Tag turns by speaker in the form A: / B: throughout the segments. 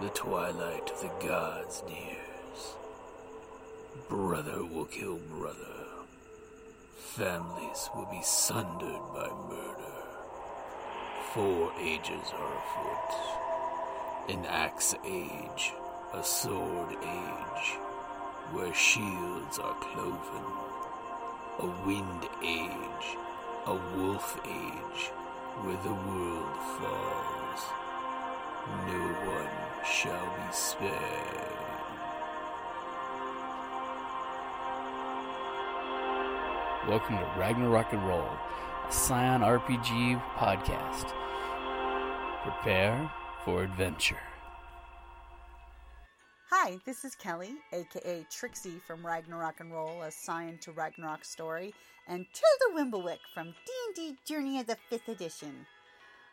A: the twilight of the gods nears, brother will kill brother. Families will be sundered by murder. Four ages are afoot an axe age, a sword age, where shields are cloven, a wind age, a wolf age, where the world falls. No one shall be spared.
B: Welcome to Ragnarok and Roll, a Scion RPG podcast. Prepare for adventure.
C: Hi, this is Kelly, aka Trixie from Ragnarok and Roll, a sign to Ragnarok story, and Tilda Wimblewick from D&D Journey of the 5th Edition.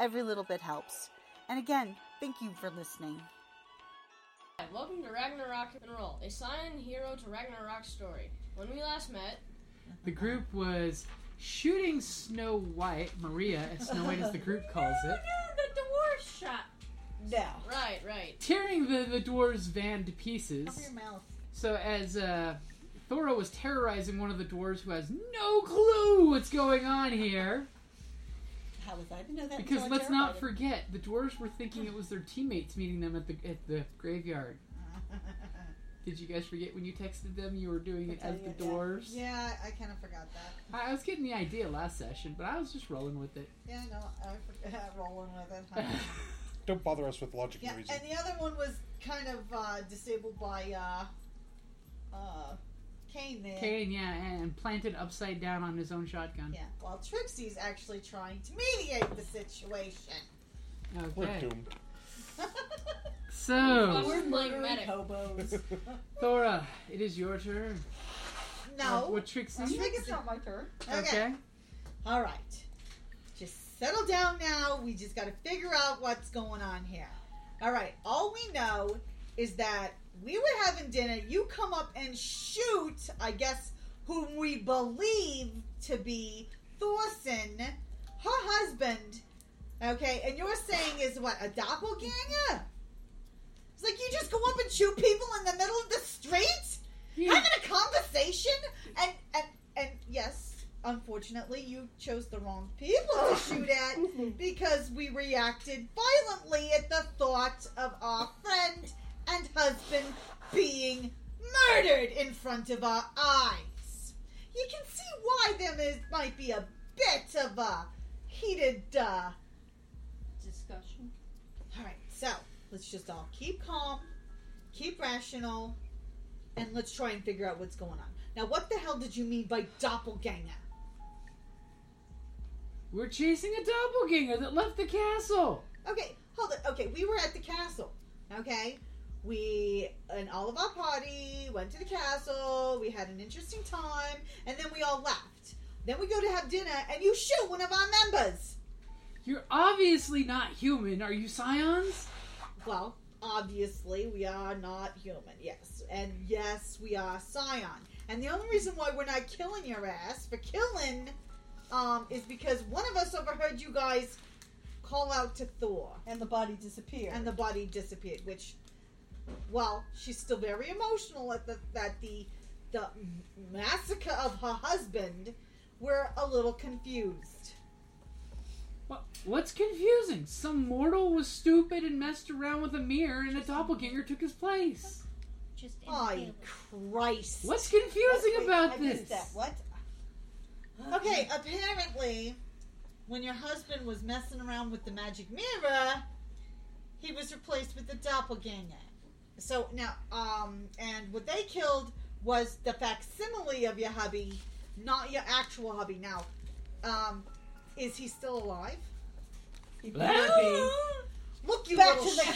C: Every little bit helps. And again, thank you for listening.
D: Hi, welcome to Ragnarok and Roll, a scion hero to Ragnarok story. When we last met,
E: The group was shooting Snow White, Maria, as Snow White as the group calls it,
F: the dwarf shot.
C: Now,
D: right, right,
E: tearing the, the dwarves' van to pieces.
F: mouth.
E: So as uh, Thora was terrorizing one of the dwarves who has no clue what's going on here,
C: how was I to know that?
E: because let's not forget, the dwarves were thinking it was their teammates meeting them at the at the graveyard. Did you guys forget when you texted them you were doing it as the dwarves?
F: Yeah, I kind of forgot that.
E: I I was getting the idea last session, but I was just rolling with it.
F: Yeah, no, I forgot rolling with it. huh?
G: Don't bother us with logic
F: yeah,
G: and reason.
F: and the other one was kind of uh, disabled by uh, uh, Kane there.
E: Kane, yeah, and planted upside down on his own shotgun.
F: Yeah, while Trixie's actually trying to mediate the situation.
G: We're
E: Okay.
G: doomed.
E: So,
D: We're playing medic.
F: hobos.
E: Thora, it is your turn.
F: no.
E: What Trixie?
F: Trixie.
H: not my turn.
E: Okay.
F: All right. Just settle down now. We just got to figure out what's going on here. All right. All we know is that we were having dinner. You come up and shoot, I guess, whom we believe to be Thorson, her husband. Okay. And you're saying is what? A doppelganger? It's like you just go up and shoot people in the middle of the street?
E: You,
F: having a conversation and and and yes unfortunately you chose the wrong people to shoot at because we reacted violently at the thought of our friend and husband being murdered in front of our eyes you can see why there is, might be a bit of a heated uh,
H: Discussion.
F: all right, so let's just all keep calm, keep rational, and let's try and figure out what's going on. Now, what the hell did you mean by doppelganger?
E: we're chasing a doppelganger that left the castle.
F: Okay, hold it. Okay, we were at the castle. Okay, we and all of our party went to the castle. We had an interesting time, and then we all left. Then we go to have dinner, and you shoot one of our members.
E: You're obviously not human. Are you scions?
F: Well, obviously, we are not human, yes. And yes, we are Scion. And the only reason why we're not killing your ass for killing um, is because one of us overheard you guys call out to Thor,
H: And the body disappeared.
F: and the body disappeared, which, well, she's still very emotional at the, that the, the massacre of her husband. We're a little confused.
E: What, what's confusing? Some mortal was stupid and messed around with a mirror, and a doppelganger took his place.
I: Just in
F: Oh, Christ.
E: What's confusing
H: Wait, I
E: about this?
H: missed that. What?
F: Okay, apparently, when your husband was messing around with the magic mirror, he was replaced with the doppelganger. So now, um, and what they killed was the facsimile of your hubby, not your actual hubby. Now, um, is he still alive?
H: He
E: Ah!
H: better be.
F: Look, you
H: Back
F: little
H: to the
F: shit.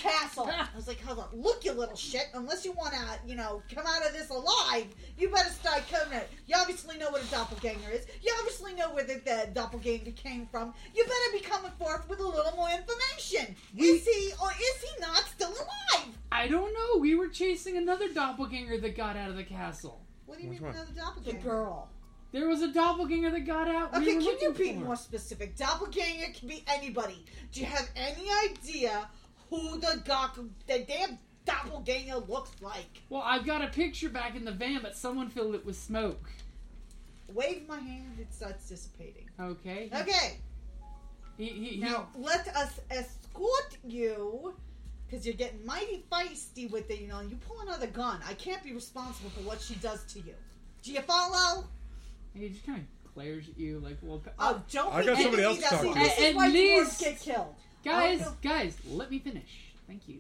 H: castle.
F: I was like, hold on. Look, you little shit. Unless you want to, you know, come out of this alive, you better start coming out. You obviously know what a doppelganger is. You obviously know where the, the doppelganger came from. You better be coming forth with a little more information. Is he or is he not still alive?
E: I don't know. We were chasing another doppelganger that got out of the castle.
F: What do you
G: Which
F: mean
G: one?
F: another
H: The
F: doppelganger?
H: girl.
E: There was a doppelganger that got out.
F: Okay,
E: we were
F: can you
E: looking
F: be
E: for.
F: more specific? Doppelganger can be anybody. Do you have any idea who the doc, the damn doppelganger looks like?
E: Well, I've got a picture back in the van, but someone filled it with smoke.
F: Wave my hand; it starts dissipating.
E: Okay.
F: Okay,
E: He, he, he,
F: now let us escort you, because you're getting mighty feisty with it. You know, you pull another gun. I can't be responsible for what she does to you. Do you follow?
E: he just kind of glares at you like, well, pa-
F: Oh, don't
G: I
F: be
G: got somebody
F: enemy,
G: else
F: that's-
G: talking
F: see,
G: to.
F: this is
E: At
F: why
E: least-
F: dwarves get killed.
E: guys,
F: Oh,
E: guys, let me finish. Thank you.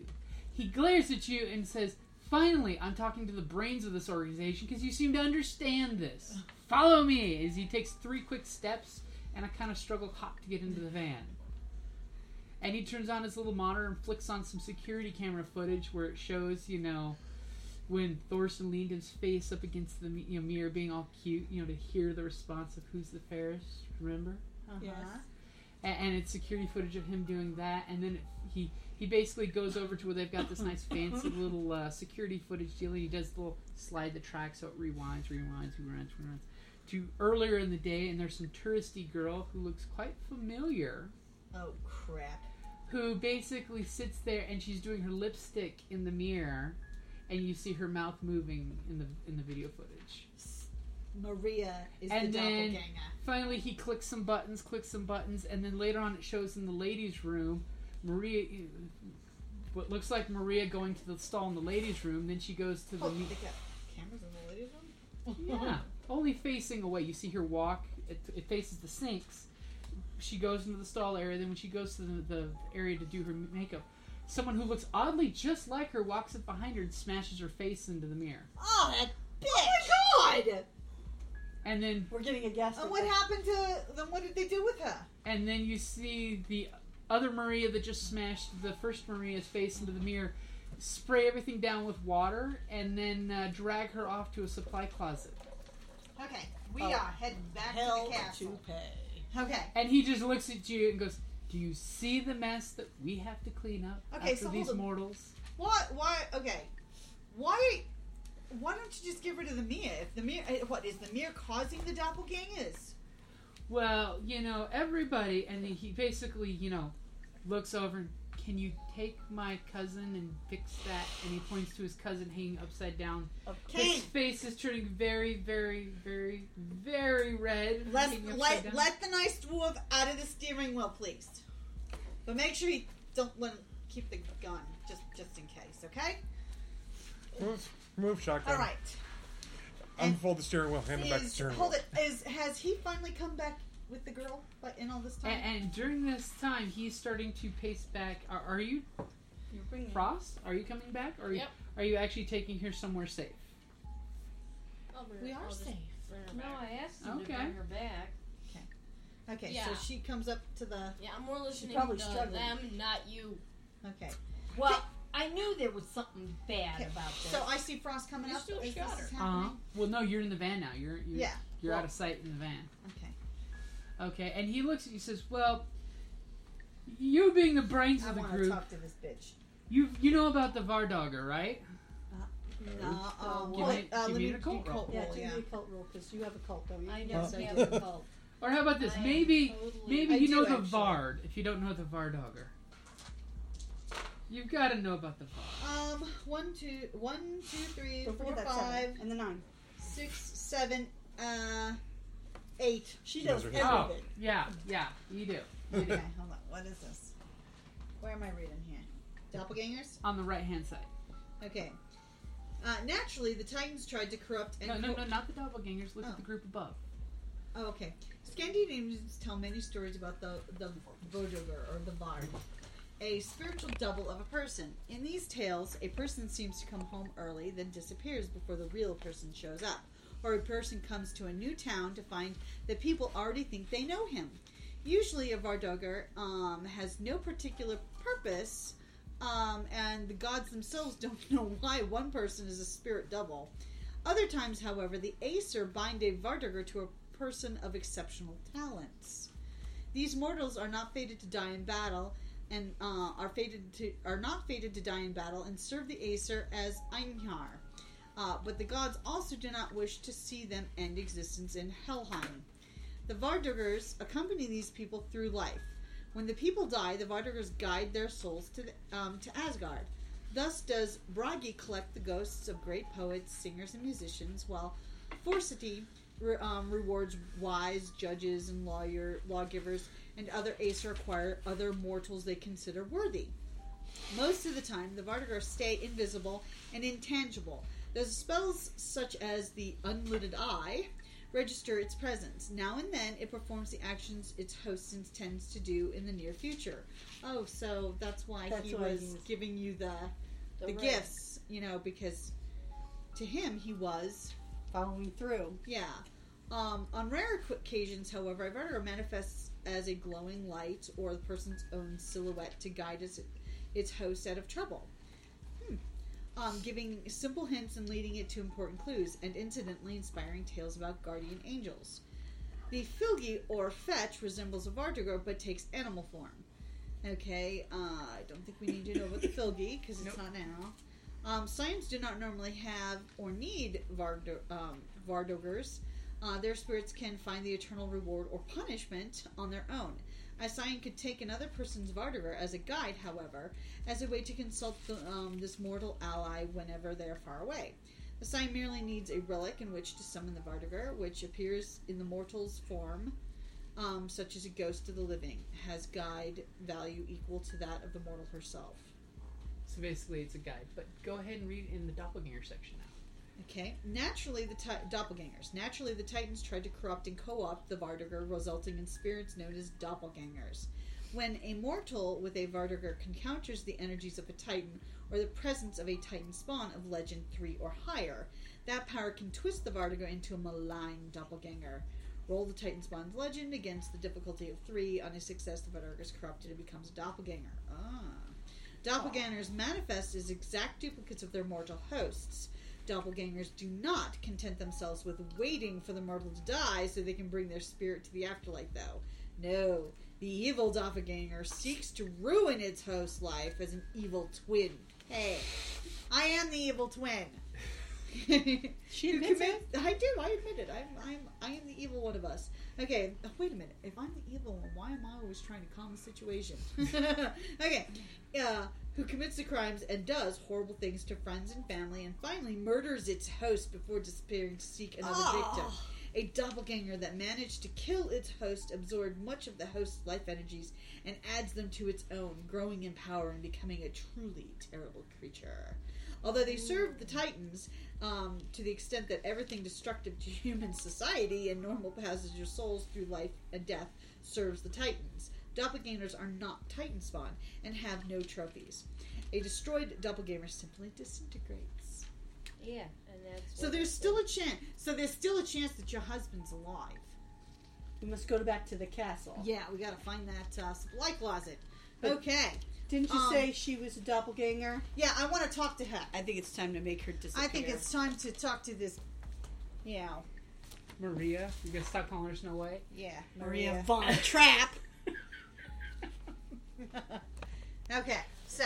E: He glares at you and says, "Finally, I'm talking to the brains of this organization because you seem to understand this. Follow me." As he takes three quick steps, and I kind of struggle hop to get into the van. And he turns on his little monitor and flicks on some security camera footage where it shows, you know, when Thorson leaned his face up against the me- you know, mirror, being all cute, you know, to hear the response of "Who's the fairest?" Remember?
F: Yes.
E: A- and it's security footage of him doing that and then he he basically goes over to where they've got this nice fancy little uh, security footage deal and he does the little slide the track so it rewinds rewinds rewinds rewinds to earlier in the day and there's some touristy girl who looks quite familiar
F: Oh crap.
E: who basically sits there and she's doing her lipstick in the mirror and you see her mouth moving in the in the video footage
F: Maria is
E: And
F: the
E: then-
F: doppelganger.
E: Finally, he clicks some buttons, clicks some buttons, and then later on it shows in the ladies' room Maria, what looks like Maria going to the stall in the ladies' room. Then she goes to the.
F: Oh,
E: meet-
F: they got cameras in the ladies' room?
E: yeah, only facing away. You see her walk. It, it faces the sinks. She goes into the stall area. Then when she goes to the, the area to do her makeup, someone who looks oddly just like her walks up behind her and smashes her face into the mirror.
F: Oh, that bitch! Oh my god!
E: And then
H: We're getting a guess.
F: And what happened to then? What did they do with her?
E: and then you see the other Maria that just smashed the first Maria's face into the mirror, spray everything down with water, and then uh, drag her off to a supply closet.
F: Okay, we
H: Oh.
F: are heading back to the castle.
H: pay.
F: Okay,
E: And he just looks at you and goes, "Do you see the mess that we have to clean up
F: Okay,
E: after
F: so
E: these
F: hold on.
E: mortals?"
F: why? Why? Okay, why? Why don't you just get rid of the mirror? If the mirror, eh, what is the mirror causing the doppelgangers?
E: Well, you know everybody, and he basically, you know, looks over. and, Can you take my cousin and fix that? And he points to his cousin hanging upside down
F: Okay,
E: His face is turning very, very, very, very red.
F: let
E: Hanging upside
F: let,
E: down.
F: let the nice dwarf out of the steering wheel, please. But make sure he don't let him keep the gun, just just in case. Okay.
G: Move, move, shotgun.
F: All right.
G: Unfold the steering wheel. Hand it back to the
F: Is,
G: steering wheel.
F: hold it. Is has he finally come back with the girl? But in all this
E: A-
F: time,
E: and, during this time, he's starting to pace back. Are, are you
H: You're bringing.
E: Frost? Are you coming back? Are you
D: Yep.
E: Are you actually taking her somewhere safe?
D: I'll bring
F: we
D: her-
F: are
D: I'll Oh, just
F: safe.
D: bring her
H: No,
D: back.
H: I asked him
E: Okay.
H: to bring her back.
F: Okay, so
D: Yeah.
F: she comes up to the.
D: Yeah, I'm more listening
H: probably
D: to
H: struggled.
D: them, not you.
F: Okay.
H: Well, I knew there was something bad
F: Okay,
H: about this.
F: So I see Frost coming
D: You
F: up.
D: still
F: Is this
D: shot her.
F: happening?
E: Uh huh. Well, no, you're in the van now. You're you're,
F: Yeah.
E: you're out of sight in the van.
F: Okay.
E: Okay. And he looks at you and says, "Well, you being the brains
F: I
E: of the
F: want to
E: group,
F: talk to this bitch.
E: you you know about the Vardogger, right?
F: No, uh,
H: Give
F: what-
E: me-
F: uh,
E: give
F: let
E: me
F: me
E: the cult
F: do
E: roll.
H: Oh, yeah,
F: roll,
H: do
F: yeah.
H: me a cult roll because you have a cult, don't you?
D: I
H: know.
G: don't
H: have a cult.
E: Or how about this?
H: I am
E: maybe
H: totally-
E: Maybe
F: I
E: you
F: do,
E: know the
F: actually.
E: Vard if you don't know the Vardogger. You've got to know about the Vard.
F: Um, one, two, one, two, three,
H: Don't
F: four,
H: forget that
F: five,
H: seven and the nine.
F: six, seven, uh, eight.
H: She
G: Those
H: knows
G: are
H: everything.
G: his.
E: Oh, yeah, yeah, you do. You do.
F: Okay, hold on. What is this? Where am I reading here? Doppelgangers.
E: On the right hand side.
F: Okay. Uh, naturally, the Titans tried to corrupt and
E: No, no,
F: co-
E: no, not the doppelgangers. Look
F: Oh.
E: at the group above.
F: Oh, okay. Scandinavians tell many stories about the the Vodover or the Vard, a spiritual double of a person. In these tales, a person seems to come home early, then disappears before the real person shows up, or a person comes to a new town to find that people already think they know him. Usually, a Vardoger um, has no particular purpose um, and the gods themselves don't know why one person is a spirit double. Other times, however, the Aesir bind a Vardiger to a person of exceptional talents. These mortals are not fated to die in battle, and uh, are fated to are not fated to die in battle, and serve the Aesir as Einhar. Uh, but the gods also do not wish to see them end existence in Helheim. The Vardugers accompany these people through life. When the people die, the Vardugers guide their souls to, the, um, to Asgard. Thus does Bragi collect the ghosts of great poets, singers, and musicians, while Forseti re- um, rewards wise judges and lawyer lawgivers, and other Aesir acquire other mortals they consider worthy. Most of the time, the Vardugers stay invisible and intangible. Though spells such as the Unlidded Eye register its presence. Now and then, it performs the actions its host intends to do in the near future. Oh, so that's why
H: That's
F: he
H: why
F: was
H: he was-
F: giving you the the,
H: ring.
F: gifts, you know, because to him he was
H: Following through.
F: yeah. Um, on rare qu- occasions, however, Ivernor manifests as a glowing light or the person's own silhouette to guide its, its host out of trouble, hmm. um, giving simple hints and leading it to important clues, and incidentally inspiring tales about guardian angels. The Filgi or Fetch resembles a Vardigar but takes animal form. Okay, uh, I don't think we need to know about the Filgi because it's not now. Um, Saiyans do not normally have or need Vardo, um, Vardogers. Uh, their spirits can find the eternal reward or punishment on their own. A Saiyan could take another person's Vardoger as a guide, however, as a way to consult the, um, this mortal ally whenever they are far away. The Saiyan merely needs a relic in which to summon the Vardoger, which appears in the mortal's form, um, such as a ghost of the living, has guide value equal to that of the mortal herself.
E: So basically, it's a guide. But go ahead and read in the doppelganger section now.
F: Okay. Naturally, the ti- doppelgangers. Naturally, the Titans tried to corrupt and co-opt the Vardiger, resulting in spirits known as doppelgangers. When a mortal with a Vardiger encounters the energies of a Titan or the presence of a Titan spawn of Legend three or higher, that power can twist the Vardiger into a malign doppelganger. Roll the Titan spawn's Legend against the difficulty of three. On a success, the Vardiger is corrupted and becomes a doppelganger. Ah. Doppelgangers manifest as exact duplicates of their mortal hosts. Doppelgangers do not content themselves with waiting for the mortal to die so they can bring their spirit to the afterlife, though. No, the evil doppelganger seeks to ruin its host's life as an evil twin. Hey, I am the evil twin. she
H: admits
F: I do. I admit it. I'm, I'm, I am the evil one of us. Okay, oh, wait a minute. If I'm the evil one, why am I always trying to calm the situation? okay, uh, who commits the crimes and does horrible things to friends and family, and finally murders its host before disappearing to seek another victim. A doppelganger that managed to kill its host absorbed much of the host's life energies and adds them to its own, growing in power and becoming a truly terrible creature. Although they served the Titans um, to the extent that everything destructive to human society and normal passage of souls through life and death serves the Titans. Doppelgangers are not Titan spawn and have no trophies. A destroyed doppelganger simply disintegrates.
D: Yeah, and that's.
F: So there's still a chance. So there's still a chance that your husband's alive.
H: We must go back to the castle.
F: Yeah, we gotta find that uh, supply closet.
H: But-
F: okay.
H: Didn't you
F: Um,
H: say she was a doppelganger?
F: Yeah, I want to talk to her.
H: I think it's time to make her disappear.
F: I think it's time to talk to this. Yeah,
E: Maria, you're gonna stop calling her Snow White.
F: yeah,
H: Maria Von Trap.
F: okay, so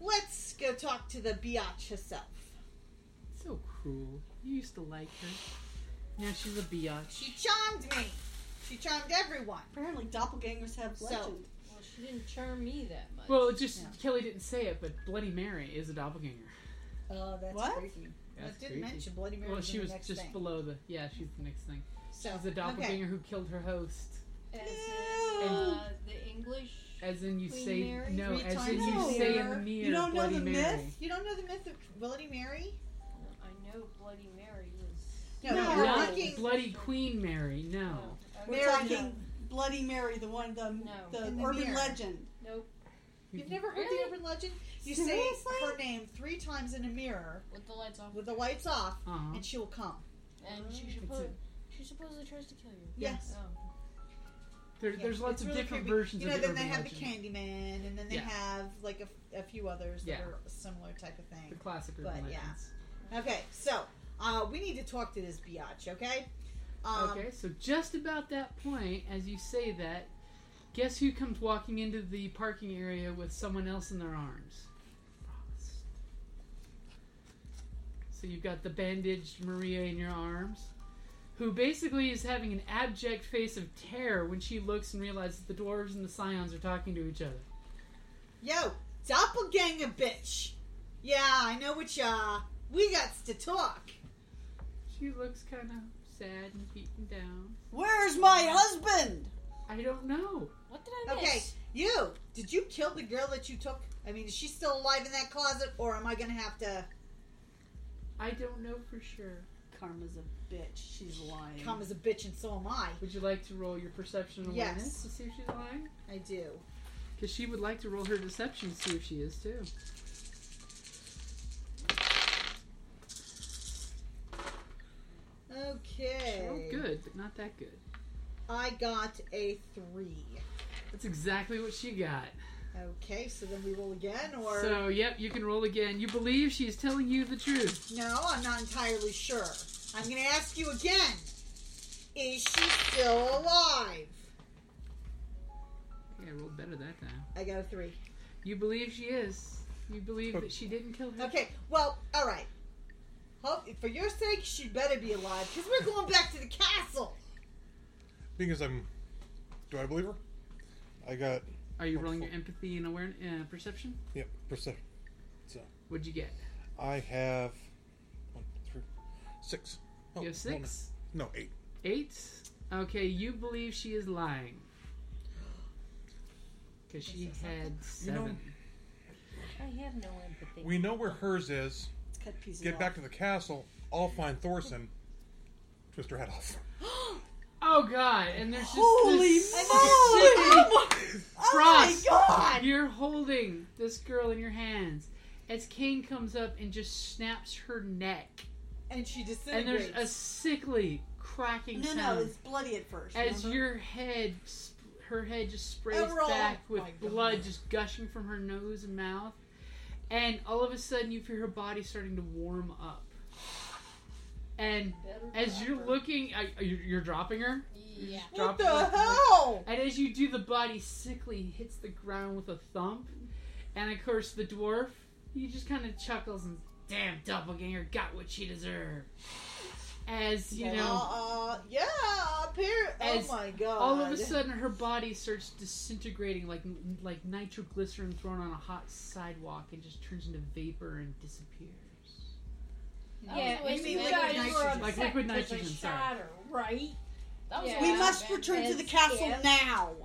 F: let's go talk to the biatch herself.
E: So cruel. You used to like her. Now she's a biatch.
F: She charmed me. She charmed everyone.
H: Apparently, doppelgangers have
F: So-
H: legend.
D: Well, she didn't charm me that much.
E: Well, it just
F: Yeah.
E: Kelly didn't say it, but Bloody Mary is a doppelganger.
F: Oh, that's
H: uh, What?
F: creepy.
E: That's
F: I didn't
E: creepy.
F: mention Bloody Mary.
E: Well,
F: was
E: she
F: in
E: was
F: the next
E: just
F: thing.
E: below the. Yeah, she's the next thing.
F: so
E: She's a doppelganger who killed her host.
D: as
F: No.
D: in, uh, the English.
E: As in you
D: Queen
E: say
D: Mary?
E: no.
F: Three
E: As in
F: times
E: you
H: No.
E: say in the
F: Mary.
E: mirror.
H: You don't know
E: Bloody
H: the
E: Mary.
H: myth?
F: You don't know the myth of Bloody Mary?
D: I know Bloody Mary was.
H: No,
E: No,
H: we're
E: not
F: talking-
E: Bloody Queen Mary. No.
H: We're
F: Mary,
H: talking Bloody Mary, the one, the,
D: No.
H: the
F: In the
H: urban
F: mirror.
H: legend.
D: Nope.
F: You've never heard
D: Really?
F: the urban legend? You
H: Seriously?
F: say her name three times in a mirror
D: With the lights off.
F: with the lights off,
E: Uh-huh.
F: Oh. and she will come.
D: And she
E: It's
D: supposed
E: a-
D: she supposedly tries to kill you.
F: Yes.
D: Oh.
E: There,
F: Yeah,
E: there's lots
F: it's
E: of
F: really
E: different
F: creepy.
E: versions
F: You know,
E: of
F: then they
E: urban
F: have the
E: legend.
F: Candyman, and then they
E: Yeah.
F: have like a f- a, few others that
E: Yeah.
F: are similar type of
E: The
F: thing.
E: classic urban
F: But, yeah.
E: legends.
F: Okay, so uh, we need to talk to this biatch, okay? Um,
E: okay, so just about that point, as you say that, guess who comes walking into the parking area with someone else in their arms? Frost. So you've got the bandaged Maria in your arms, who basically is having an abject face of terror when she looks and realizes the dwarves and the scions are talking to each other.
F: Yo, doppelganger bitch. Yeah, I know what ya. We got to talk.
E: She looks kind of sad and beaten down.
H: Where's my husband?
E: I don't know.
D: What did I miss?
F: Okay, you. Did you kill the girl that you took? I mean, is she still alive in that closet, or am I gonna have to
E: I don't know for sure.
H: Karma's a bitch. She's lying.
F: come as a bitch and so am I?
E: Would you like to roll your perception
F: Yes.
E: awareness to see if she's lying?
F: I do.
E: Because she would like to roll her deception to see if she is too. She
F: Okay.
E: rolled good, but not that good.
F: I got a three.
E: That's exactly what she got.
F: Okay, so then we roll again, or
E: So, yep, you can roll again. You believe she is telling you the truth.
F: no? I'm not entirely sure. I'm gonna ask you again. Is she still alive?
E: I think I rolled better that time.
F: I got a three.
E: You believe she is. You believe that she didn't kill her.
F: Okay, well, all right. Hope for your sake, she better be alive because we're going back to the castle.
G: Because I'm. Do I believe her? I got.
E: Are you rolling your empathy and awareness, uh, perception?
G: Yep, perception.
E: What'd you get?
G: I have. One, three, six. Oh,
E: You have
G: no, no.
E: six?
G: No, eight.
E: Eight? Okay, you believe she is lying. Because she had
G: You know-
E: seven.
I: I have no empathy.
G: We know where hers is.
H: Let's cut pieces
G: Get
H: off.
G: back to the castle. I'll find Thorson. Twist her head off.
E: Oh god, and there's just
H: Holy
E: this
H: moly!
E: specific
H: Oh my,
E: Frost,
H: oh my god!
E: You're holding this girl in your hands as Kane comes up and just snaps her neck.
F: And she
E: And there's
F: disintegrates.
E: a sickly cracking
H: No, no,
E: sound
H: it's bloody at first.
E: as
H: remember?
E: your head, sp- her head just sprays
F: Overall,
E: back
H: oh
E: with
F: my God.
E: blood just gushing from her nose and mouth. And all of a sudden, you feel her body starting to warm up. And as you're looking, I, you're, you're dropping her.
D: Yeah.
F: what
E: dropping
F: the
E: her.
F: hell?
E: And as you do, the body sickly hits the ground with a thump. And of course, the dwarf, he just kind of chuckles and, damn, doppelganger got what she deserved. As, you know,
F: Uh, uh, yeah, up here.
E: As
F: oh my god.
E: all of a sudden her body starts disintegrating like like nitroglycerin thrown on a hot sidewalk and just turns into vapor and disappears.
D: That
I: yeah,
D: was a
I: and
D: waste
I: you
D: of
F: liquid
I: guys
D: energy.
I: were
F: nitrogen.
I: upset
E: Like liquid
I: 'cause I
E: nitrogen,
I: shot her, right?
D: That was a
I: Yeah.
H: we
D: waste
H: must
D: of
H: return to the
D: energy.
H: castle
I: Yes.
H: now.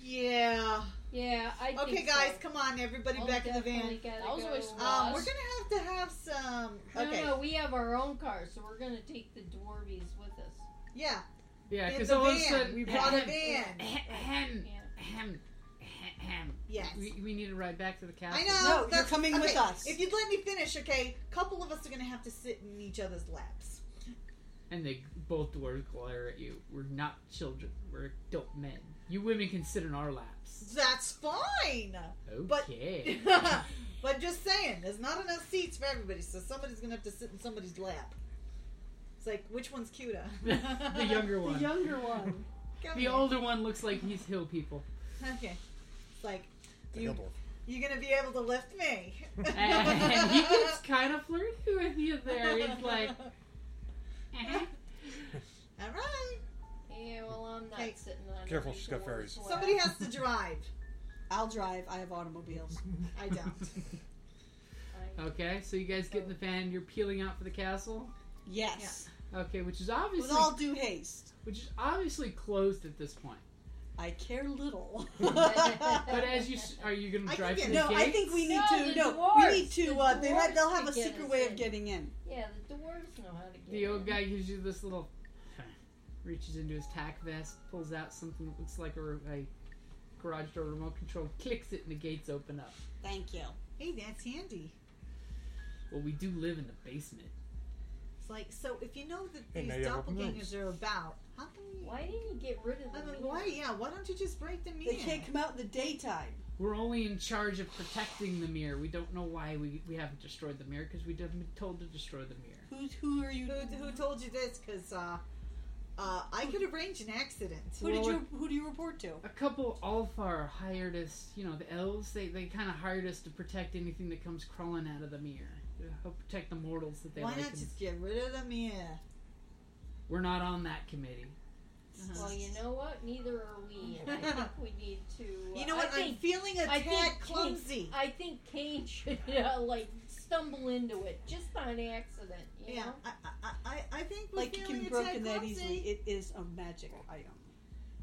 F: Yeah.
I: Yeah, I think
F: Okay, guys,
I: so.
F: come on, everybody,
I: Oh,
F: back in the van.
I: definitely gotta
D: That was a
I: go.
D: waste of
F: Um,
D: Us.
F: we're gonna have to have some.
I: No,
F: Okay.
I: no, we have our own car, so we're gonna take the dwarvies with us.
F: Yeah.
E: Yeah,
F: In
E: because
F: the
E: all of a
F: van.
E: sudden
F: We brought a van.
E: Ahem,
I: Yeah.
E: ahem, ahem.
F: Yes.
E: We, we need to ride back to the castle.
F: I know.
H: No, you're
F: that's-
H: coming
F: okay,
H: with us.
F: If you'd let me finish, okay. A couple of us are gonna have to sit in each other's laps.
E: And they both dwarves glare at you. We're not children. We're adult men. You women can sit in our laps.
F: That's fine. But-
E: Okay.
F: but just saying, there's not enough seats for everybody, so somebody's gonna have to sit in somebody's lap. It's like, which one's cuter?
E: the younger one.
H: The younger one.
F: Come
E: The
F: here.
E: older one looks like he's hill people.
F: Okay. It's like
G: The
F: You-
G: Hildorf.
F: you're gonna be able to lift me.
E: And he gets kind of flirty with you there. He's like, eh.
F: all right.
I: Yeah, well, I'm not
F: Okay.
I: sitting on.
G: Careful,
I: any
G: she's got fairies.
I: dwarves'
F: Somebody
I: lap.
F: has to drive.
H: I'll drive. I have automobiles.
F: I don't.
I: I-
E: okay, so you guys get in the van. You're peeling out for the castle.
H: Yes.
E: Okay, which is
H: With
E: obviously
H: all due haste.
E: which is obviously closed at this point.
H: I care little.
E: But
H: no,
E: as you s- are you going
F: I
E: to drive
F: think
E: through
F: it-
E: the gate?
H: I think we need
I: No,
H: to.
I: the
H: No,
I: dwarves.
H: we need to.
I: The
H: Uh, they have, they'll
I: dwarves
H: have a
I: to get
H: secret
I: us
H: way
I: in.
H: of getting in.
I: Yeah, the dwarves know how to get.
E: The old
I: in.
E: guy gives you this little. reaches into his tack vest, pulls out something that looks like a, re- a garage door remote control, clicks it, and the gates open up.
H: Thank you.
F: hey, that's handy.
E: Well, we do live in the basement.
F: It's like, so if you know that
G: And
F: these
G: now you have open
F: doppelgangers
G: rooms.
F: are about, how can you?
I: Why didn't you get rid of
F: I
I: them?
F: mean, why? Yeah, why don't you just break them in?
H: They can't come out in the daytime.
E: We're only in charge of protecting the mirror. We don't know why we, we haven't destroyed the mirror because we haven't been told to destroy the mirror.
H: Who, who are you?
F: Who, who told you this? Because uh, uh, I could arrange an accident.
H: Who did
E: Well,
H: you? Who do you report to?
E: A couple Alfar hired us, you know, the elves, they, they kind of hired us to protect anything that comes crawling out of the mirror. To help protect the mortals that they
F: Why
E: like.
F: not
E: and-
F: just get rid of them? Yeah.
E: We're not on that committee.
I: Well, you know what? Neither are we. And I think we need to. uh,
F: You know what?
I: I
F: I'm
I: think,
F: feeling a
I: I
F: tad
I: think-
F: clumsy.
I: I think Kane should uh, like stumble into it just on accident. You
F: yeah,
I: Know?
F: I, I, I, I think we're
H: Like it
F: feeling
H: can be
F: a tad
H: broken that
F: clumsy.
H: easily. It is a magic item.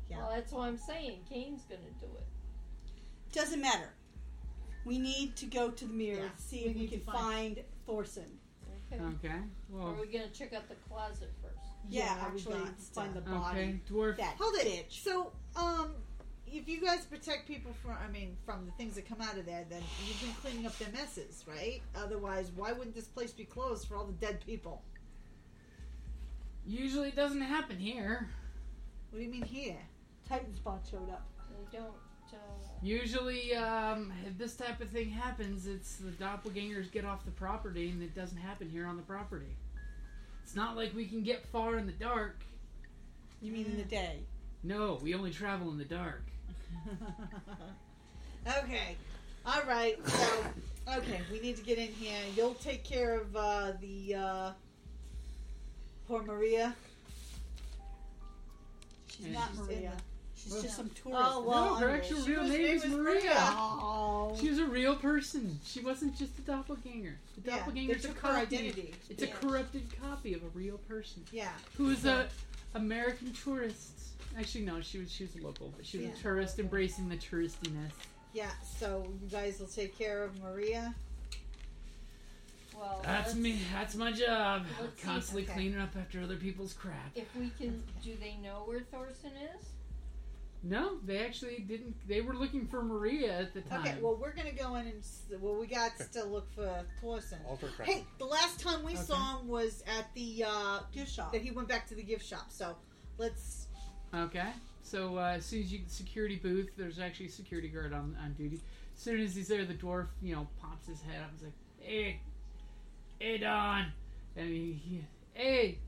F: Yeah.
I: Well, that's what I'm saying. Kane's gonna do it.
H: Doesn't matter. We need to go to the mirror
F: Yeah,
H: and see
F: we
H: if we
F: need
H: can
F: to find-
H: find Thorson.
I: Okay.
E: Okay.
I: Or
E: Well,
I: are we gonna check out the closet first?
H: Yeah,
F: Yeah, we've
H: actually,
F: got to-
H: find the body.
E: okay. Dwarf.
H: That
F: Hold it.
H: bitch.
F: So, um, if you guys protect people from, I mean, from the things that come out of there, then you've been cleaning up their messes, right? Otherwise, why wouldn't this place be closed for all the dead people?
E: Usually doesn't happen here.
F: What do you mean here?
H: Titan spot showed up.
I: We don't. Uh,
E: Usually, um, if this type of thing happens, it's the doppelgangers get off the property, and it doesn't happen here on the property. It's not like we can get far in the dark.
H: You mean in the day?
E: No, we only travel in the dark.
F: okay. All right. So, okay, we need to get in here. You'll take care of uh, the uh, poor Maria.
H: She's
E: Yeah,
H: not
F: she's in
H: Maria.
F: the-
H: She's
E: Well-
H: just some tourist.
F: Oh well,
E: no, her
F: I'm-
E: actual
F: she
E: real
F: was-
E: name
F: it
E: is
F: was
E: Maria.
H: Oh.
E: She was a real person. She wasn't just a doppelganger. The
F: Yeah,
E: doppelganger
F: they
E: is a
F: took her
E: copy.
F: identity.
E: It's a corrupted copy of a real person
F: Yeah.
E: who is a American tourist. Actually, no, she was she was a local, but she was
F: Yeah.
E: a tourist embracing the touristiness.
F: Yeah, so you guys will take care of Maria.
I: well,
E: That's
I: let's-
E: me. That's my job.
I: Let's see.
E: Constantly
F: Oh, Okay.
E: cleaning up after other people's crap.
I: If we can, do they know where Thorson is?
E: No, they actually didn't. They were looking for Maria at the time.
F: Okay, well, we're going to go in and, s- well, we got to look for Thorson.
G: Alter crap.
F: Hey, the last time we
E: Okay.
F: saw him was at the, uh,
H: Gift shop.
F: that he went back to the gift shop. So let's,
E: Okay. So uh, as soon as you security booth, there's actually a security guard on, on duty. As soon as he's there, the dwarf you know pops his head up. He's like, "Hey, hey, Don," and he, he "Hey,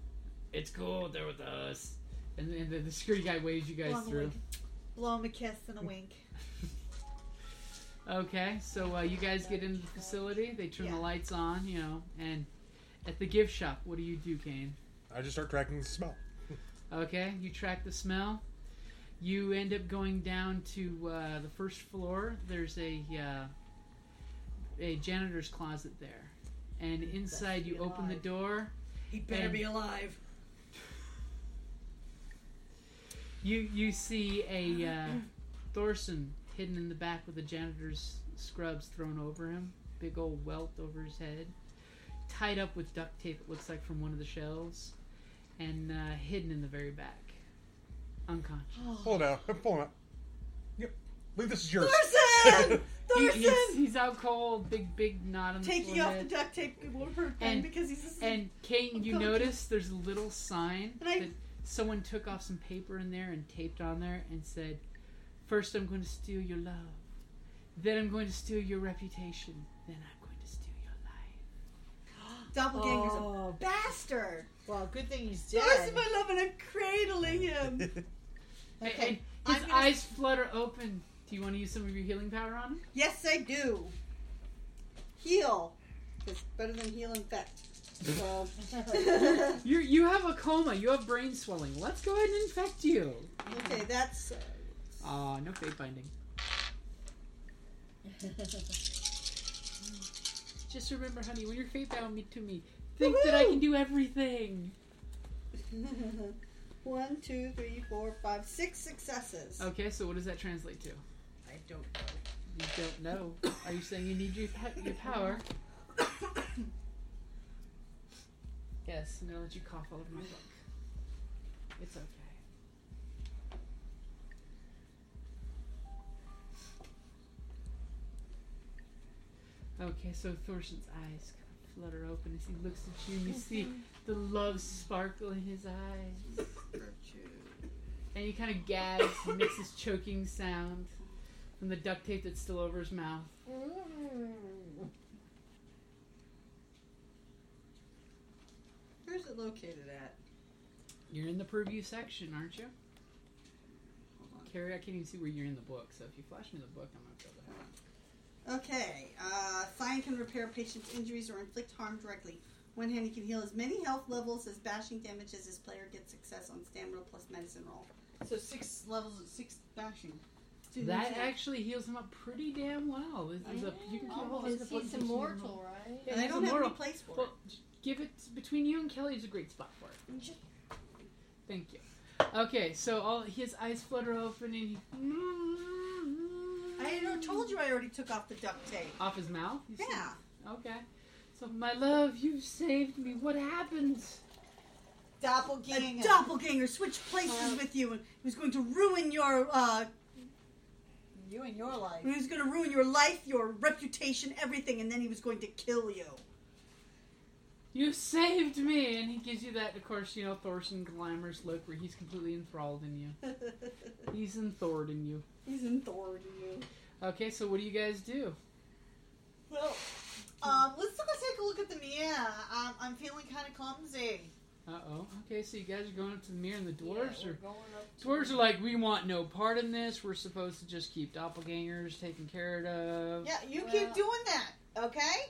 E: it's cool. They're with us." And then the, the security guy waves you guys
F: blow him, a
E: through.
F: wink. blow him a kiss and a wink.
E: Okay, so uh, you guys get into the facility. They turn
F: Yeah.
E: the lights on, you know, and at the gift shop, what do you do, Kane?
G: I just start tracking the smell.
E: Okay, you track the smell. You end up going down to uh, the first floor. There's a uh, a janitor's closet there, and inside you open the door.
H: He
E: better be
H: alive.
E: You you see a uh, Thorson hidden in the back with the janitor's scrubs thrown over him, big old welt over his head, tied up with duct tape. It looks like from one of the shelves, and uh, hidden in the very back, unconscious.
G: Pull it out. Pull it out. Yep. believe this is yours.
H: Thorson!
E: He-
H: Thorson!
E: he's, he's out cold, big big knot on the
H: Taking off the
E: forehead.
H: duct tape over
E: And-
H: him because he's a
E: and Kate, you
H: God.
E: notice there's a little sign
H: And I-
E: that someone took off some paper in there and taped on there and said, First I'm going to steal your love. Then I'm going to steal your reputation. Then I'm going to steal your life."
F: Doppelganger's a
H: oh, bastard.
F: Well, good thing he's
H: Thorson,
F: dead.
H: my love, and I'm cradling him.
E: And-
F: Okay,
E: And
F: I'm
E: his
F: gonna-
E: eyes flutter open. Do you want to use some of your healing power on him?
H: yes, I do. Heal. It's better than heal infect. So. okay,
E: You you have a coma. You have brain swelling. Let's go ahead and infect you.
H: that's. uh,
E: Oh, no fate binding. Just remember, honey, when you're fate bound me to me, think that I can do everything.
H: One, two, three, four, five, six successes.
E: Okay, so what does that translate to?
H: I don't know.
E: You don't know. Are you saying you need your, pa- your power? yes, and I'll let you cough all over my book. It's okay. Okay, so Thorson's eyes kind of flutter open as he looks at you and you see the love sparkle in his eyes. And he kind of gags and makes this choking sound from the duct tape that's still over his mouth.
H: Where's it located at?
E: You're in the purview section, aren't you?
H: Hold
E: Carrie, I can't even see where you're in the book, so if you flash me the book, I'm going to be able to help.
H: on. Okay. Uh, sign can repair patient's injuries or inflict harm directly. One handed can heal as many health levels as bashing damage as his player gets success on stamina plus medicine roll.
F: So six levels, six bashing.
H: Dude,
E: That
H: who's that?
E: actually heals him up pretty damn well. This is a- you can keep all this
I: Because
E: in the
I: he's
E: book.
I: immortal, right?
E: Yeah,
H: Oh, And I
E: he's
H: don't have any
E: immortal.
H: place for it.
E: Well, give it between you and Kelly is a great spot for it. Thank you. Okay, so all his eyes flutter open and he,
H: I don't- told you I already took off the duct tape.
E: off his mouth. You said?
H: Yeah.
E: Okay. So my love, you've saved me. What happens?
H: A
F: Doppelganger.
H: doppelganger switched places with you and he was going to ruin your uh,
F: you and your life.
H: He was going to ruin your life, your reputation, everything, and then he was going to kill you.
E: You saved me, and he gives you that. Of course, you know Thorson Glamour's look where he's completely enthralled in you. He's enthored in you.
H: He's in Thor to you.
E: Okay, so what do you guys do?
F: Well, um, let's go take a look at the Mia. Um, I'm feeling kind of clumsy.
E: Uh oh. Okay, so you guys are going up to the mirror and the
I: Yeah,
E: dwarves
I: we're
E: are
I: going up to-
E: dwarves are like, we want no part in this. We're supposed to just keep doppelgangers taken care of.
F: Yeah, you
I: Well-
F: keep doing that, okay?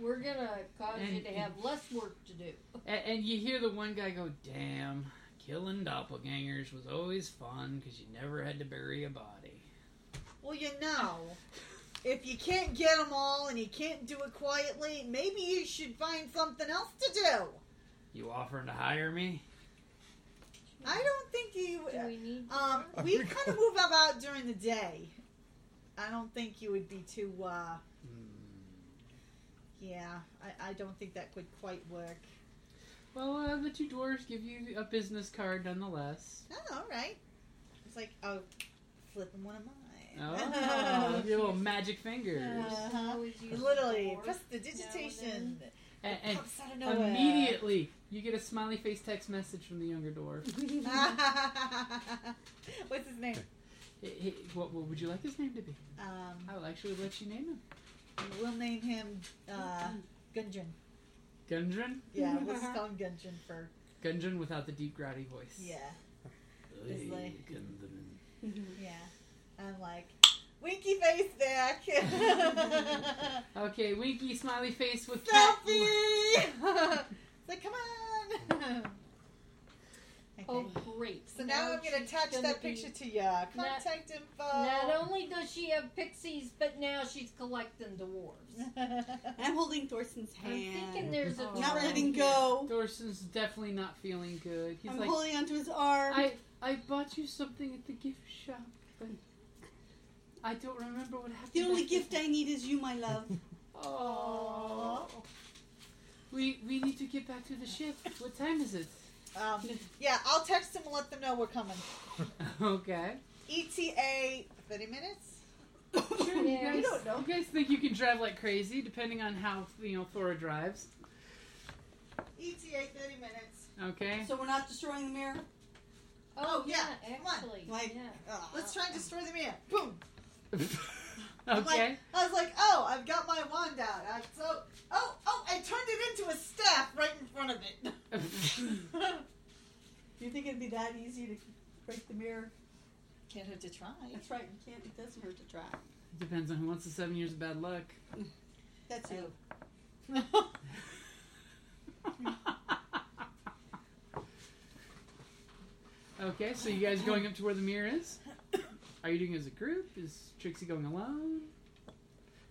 I: We're gonna cause you
E: And-
I: to have less work to do.
E: A- And, you hear the one guy go, "Damn, killing doppelgangers was always fun because you never had to bury a body."
F: Well, you know, if you can't get them all and you can't do it quietly, maybe you should find something else to do.
E: You offering to hire me?
F: I don't think you.
I: Do we need?
F: Um, we kind of move about during the day. I don't think you would be too. uh
E: Hmm.
F: Yeah, I, I don't think that would quite work.
E: Well, uh, the two dwarves give you a business card nonetheless.
F: Oh, all right. It's like oh, flipping one of mine.
E: Oh, your little magic fingers.
F: Uh-huh.
I: Always use the
F: Literally,
I: dwarf
F: press the
I: now and
F: digitation.
I: then.
E: and and
F: Pops out of nowhere.
E: immediately, you get a smiley face text message from the younger dwarf.
F: What's his name?
E: Hey, hey, what, what would you like his name to be?
F: Um,
E: I'll actually let you name him.
F: we'll name him uh, Gundren.
E: Gundren?
F: Yeah, we'll just call him Gundren for
E: Gundren without the deep, growly voice.
F: yeah,
B: Hey,
F: It's like-
B: Gundren.
F: yeah. I'm like winky face back.
E: Okay, winky, smiley face with cat.
F: Selfie. it's like come on. Okay.
I: Oh, great.
F: So now, I'm gonna
I: she's
F: attach
I: gonna
F: that
I: be-
F: picture to your contact
I: Not
F: info.
I: only does she have pixies, but now she's collecting dwarves.
H: I'm holding Thorson's
I: I'm thinking
H: hand.
I: there's a
H: Not
I: dwarf
H: letting
I: here.
H: go.
E: Thorson's definitely not feeling good. He's
H: I'm
E: like,
H: holding onto his arm.
E: I, I bought you something at the gift shop, but I don't remember what happened.
H: the only
E: after
H: gift I need is you, my love.
E: Oh. We we need to get back to the ship. What time is it?
F: um, yeah, I'll text them and let them know we're coming.
E: Okay.
F: ETA thirty minutes.
E: Sure, you guys,
I: You
E: don't know. You guys think you can drive like crazy, depending on how you know Thora drives.
F: ETA E thirty minutes.
E: Okay.
H: So we're not destroying the mirror?
I: Oh,
F: Oh,
I: yeah,
F: yeah, come on.
I: actually.
H: Like-
I: yeah.
H: Ugh.
F: Let's try and destroy the mirror. Boom. I'm
E: okay.
F: Like, I was like, oh, I've got my wand out. I, so, oh, oh, I turned it into a staff right in front of it.
H: Do you think it'd be that easy to break the mirror?
F: Can't hurt to try.
H: That's right. You can't. It doesn't hurt to try.
E: Depends on who wants the seven years of bad luck.
H: That's you.
E: okay, so you guys going up to where the mirror is? Are you doing it as a group? Is Trixie going alone?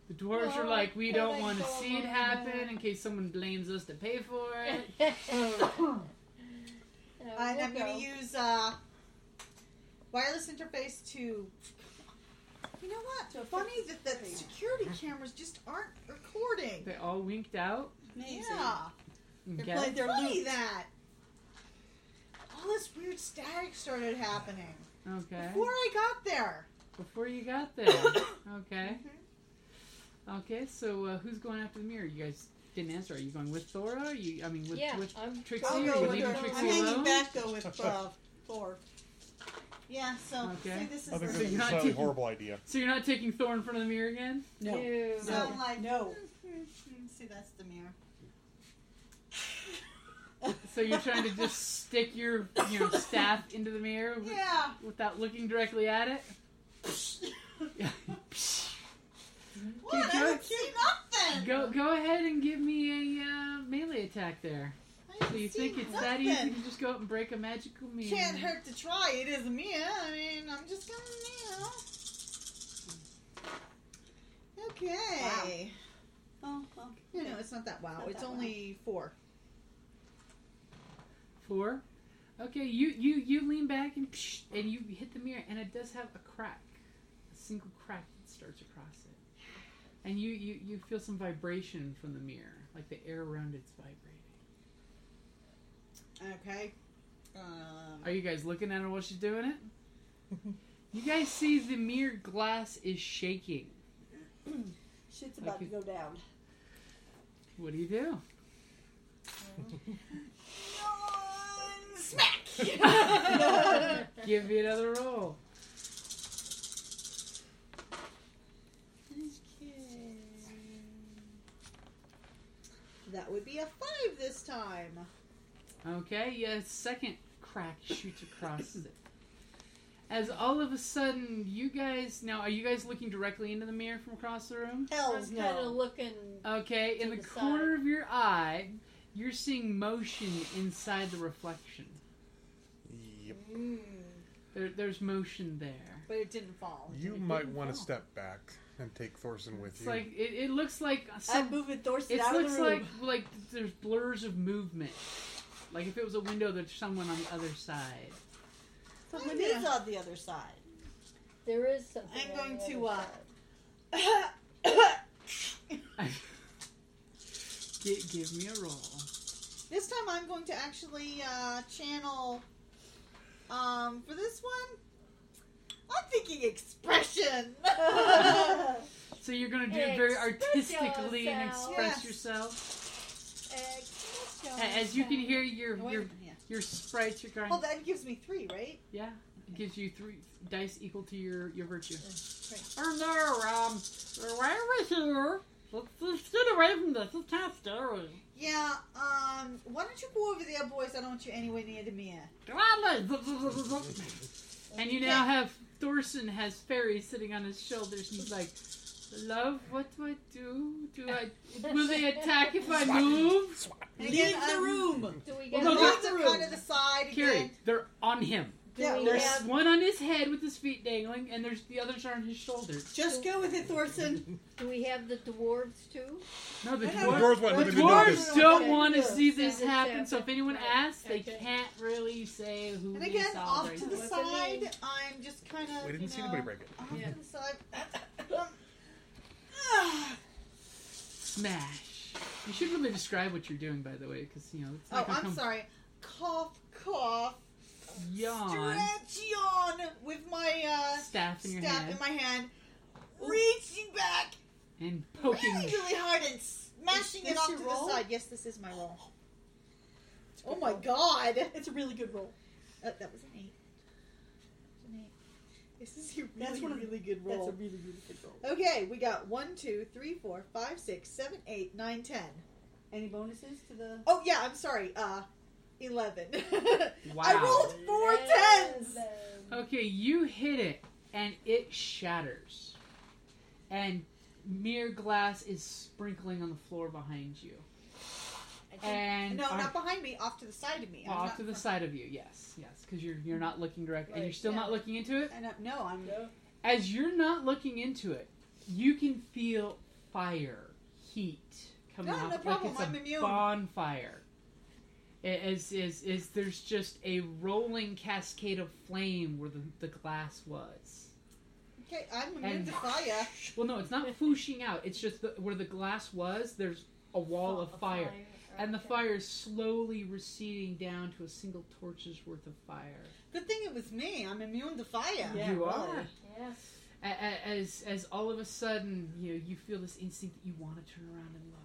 E: The dwarves are
I: No,
E: like, we
I: I
E: don't
I: think
E: want to
I: so
E: see it
I: alone.
E: happen in case someone blames us to pay for it.
I: No,
F: And I'm
I: Uh, we'll
F: going
I: go.
F: to use uh, wireless interface to. You know what? Funny that the security cameras just aren't recording.
E: They all winked out.
H: Amazing.
F: Yeah.
E: Okay.
H: playing their
F: Funny
H: loot.
F: that. All this weird static started happening
E: okay.
F: before I got there. Mm-hmm.
E: Before you got there. Okay. Okay, so uh, who's going after the mirror? You guys didn't answer. Are you going with Thora? Are you, I mean, with,
I: yeah,
E: with
I: I'm
E: Trixie?
F: I'll
E: Are you
F: go with
E: leaving
F: her.
E: Trixie
F: I'm hanging
E: alone?
F: back though with uh, Thor. Yeah, so
E: Okay.
F: see, this is
G: I think
E: So you're not
G: this is a
F: the-
G: slightly
E: taking-
G: horrible idea.
E: So you're not taking Thor in front of the mirror again?
F: no.
I: Ew.
F: So I'm like, no.
H: See, that's the mirror.
E: So you're trying to just stick your you know staff into the mirror with,
F: Yeah.
E: without looking directly at it?
F: What? I
E: Go-
F: don't see nothing.
E: go go ahead and give me a uh, melee attack there.
F: I don't
E: So you
F: see
E: think it's that
F: nothing.
E: easy to just go up and break a magical mirror?
F: Can't hurt to try. It isn't me. I mean, I'm just gonna, you know. Okay.
H: Oh, well.
F: No, no, it's not that wow.
H: Not
F: it's
H: that
F: only four.
E: Four. Okay, you you you lean back and psh, and you hit the mirror, and it does have a crack, a single crack that starts across it, and you you you feel some vibration from the mirror, like the air around it's vibrating.
F: Okay. Um,
E: Are you guys looking at her while she's doing it? you guys see the mirror glass is shaking.
H: Shit's
E: about to
H: go down.
E: What do you do?
F: smack.
E: Give me another roll.
F: That would be a five this time.
E: Okay, yeah, second crack shoots across it. As all of a sudden, you guys now are you guys looking directly into the mirror from across the room?
F: Hell's
I: I'm kind of
F: no.
I: looking.
E: Okay, in
I: To
E: the,
I: the
E: corner of your eye, you're seeing motion inside the reflection.
G: Yep.
E: There, there's motion there.
F: But it didn't fall.
G: You
E: It
G: might
E: didn't
G: want to
E: fall.
G: step back and take Thorson with
E: Oh. It's
G: you.
E: like it, it looks like some
H: I'm moving Thorsten
E: It
H: out of
E: looks
H: the room.
E: like like there's blurs of movement. Like if it was a window, there's someone on the other side.
H: Someone is on the other side.
I: There is something.
F: I'm going
I: on the
F: to,
I: other
F: uh,
I: side.
E: Give, give me a roll.
F: This time I'm going to actually uh, channel. Um, for this one, I'm thinking expression.
E: So you're gonna do it very
I: Express
E: artistically and
I: yourself. Oh,
E: express
F: Yes.
E: yourself.
I: Extra
E: A- As you can hear, your
F: Wait a
E: your
F: minute, yeah.
E: your sprites are going.
F: Well, that gives me three, right?
E: Yeah, it gives you three dice equal to your your virtue.
F: great.
E: And they're um, they're right over here. Let's, let's get away from this. It's kind of scary.
F: Yeah. Um, why don't you go over there, boys? I don't want you anywhere near the mirror.
E: And you now have Thorson has Fairy sitting on his shoulders, and he's like, "Love, what do I do? Do I? Will they attack if I move?"
F: And again,
H: Leave the
F: I'm-
H: room.
I: Do we
E: Well,
I: get
E: no,
F: The
I: a-
E: that's-
F: dogs are kind of the side
E: Carrie,
F: again.
E: they're on him.
I: do
F: yeah,
I: we
F: there's-
I: have-
E: There's one on his head with his feet dangling, and there's the others are on his shoulders.
H: Just go with it, Thorsten.
I: do we have the dwarves too?
E: No, the
F: The
G: the dwarves
E: dwarves.
G: went
E: The
G: into the notice.
E: dwarves don't
I: Okay.
E: want to
I: Yeah.
E: see this
I: Yeah.
E: happen, so if anyone
I: Right.
E: asks, they
I: Okay.
E: can't really say who.
F: And
E: they
F: again,
E: saw
F: off
E: break
F: to the
E: it.
I: What's her
F: side,
I: name?
F: I'm just kind of.
G: we didn't
F: you
G: see anybody
F: know,
G: break it.
F: Off
I: Yeah.
F: to the side. Ah.
E: smash. You should really describe what you're doing, by the way, because you know it's
F: oh,
E: not gonna
F: I'm
E: come
F: sorry. Cough, cough.
E: yawn.
F: Stretch yawn with my uh,
E: Staff in your
F: staff
E: hand
F: in my hand, reaching back
E: and
F: really,
E: poking.
F: really hard and smashing
H: Is
F: it
H: this
F: off
H: your
F: to
H: roll?
F: the side. Yes, this is my roll. Oh my god, it's a really good roll. Uh, that was an eight. That was an eight. This is your really,
H: That's one of the-
F: really good roll.
H: That's a really, really good roll.
F: Okay, we got one, two, three, four, five, six, seven, eight, nine, ten.
H: Any bonuses to the?
F: Oh yeah, I'm sorry. Uh, eleven. I
E: Wow.
F: rolled four tens.
I: Eleven.
E: Okay, you hit it and it shatters, and mirror glass is sprinkling on the floor behind you.
I: I think
E: And
F: Oh, No,
E: on-
F: not behind me. Off to the side of me. I'm
E: off
F: not
E: to the
F: front-
E: side of you, yes, yes, because you're you're not looking directly, and
I: Right,
E: you're still not
I: yeah.
E: looking into it.
F: I know- no, I'm.
E: As you're not looking into it, you can feel fire, heat coming
F: No,
E: off
F: no
E: it
F: problem,
E: like it's
F: I'm
E: a
F: immune.
E: bonfire. It is is is there's just a rolling cascade of flame where the, the glass was.
F: Okay, I'm immune
E: And-
F: to fire.
E: Well, no, it's not fooshing out. It's just the, where the glass was. There's a wall of
I: a
E: fire, and the
I: Okay.
E: fire is slowly receding down to a single torch's worth of fire.
F: Good thing it was me. I'm immune to fire.
H: Yeah,
E: you
H: really.
E: are.
I: Yes.
E: A- a- as as all of a sudden you know, you feel this instinct that you want to turn around and look.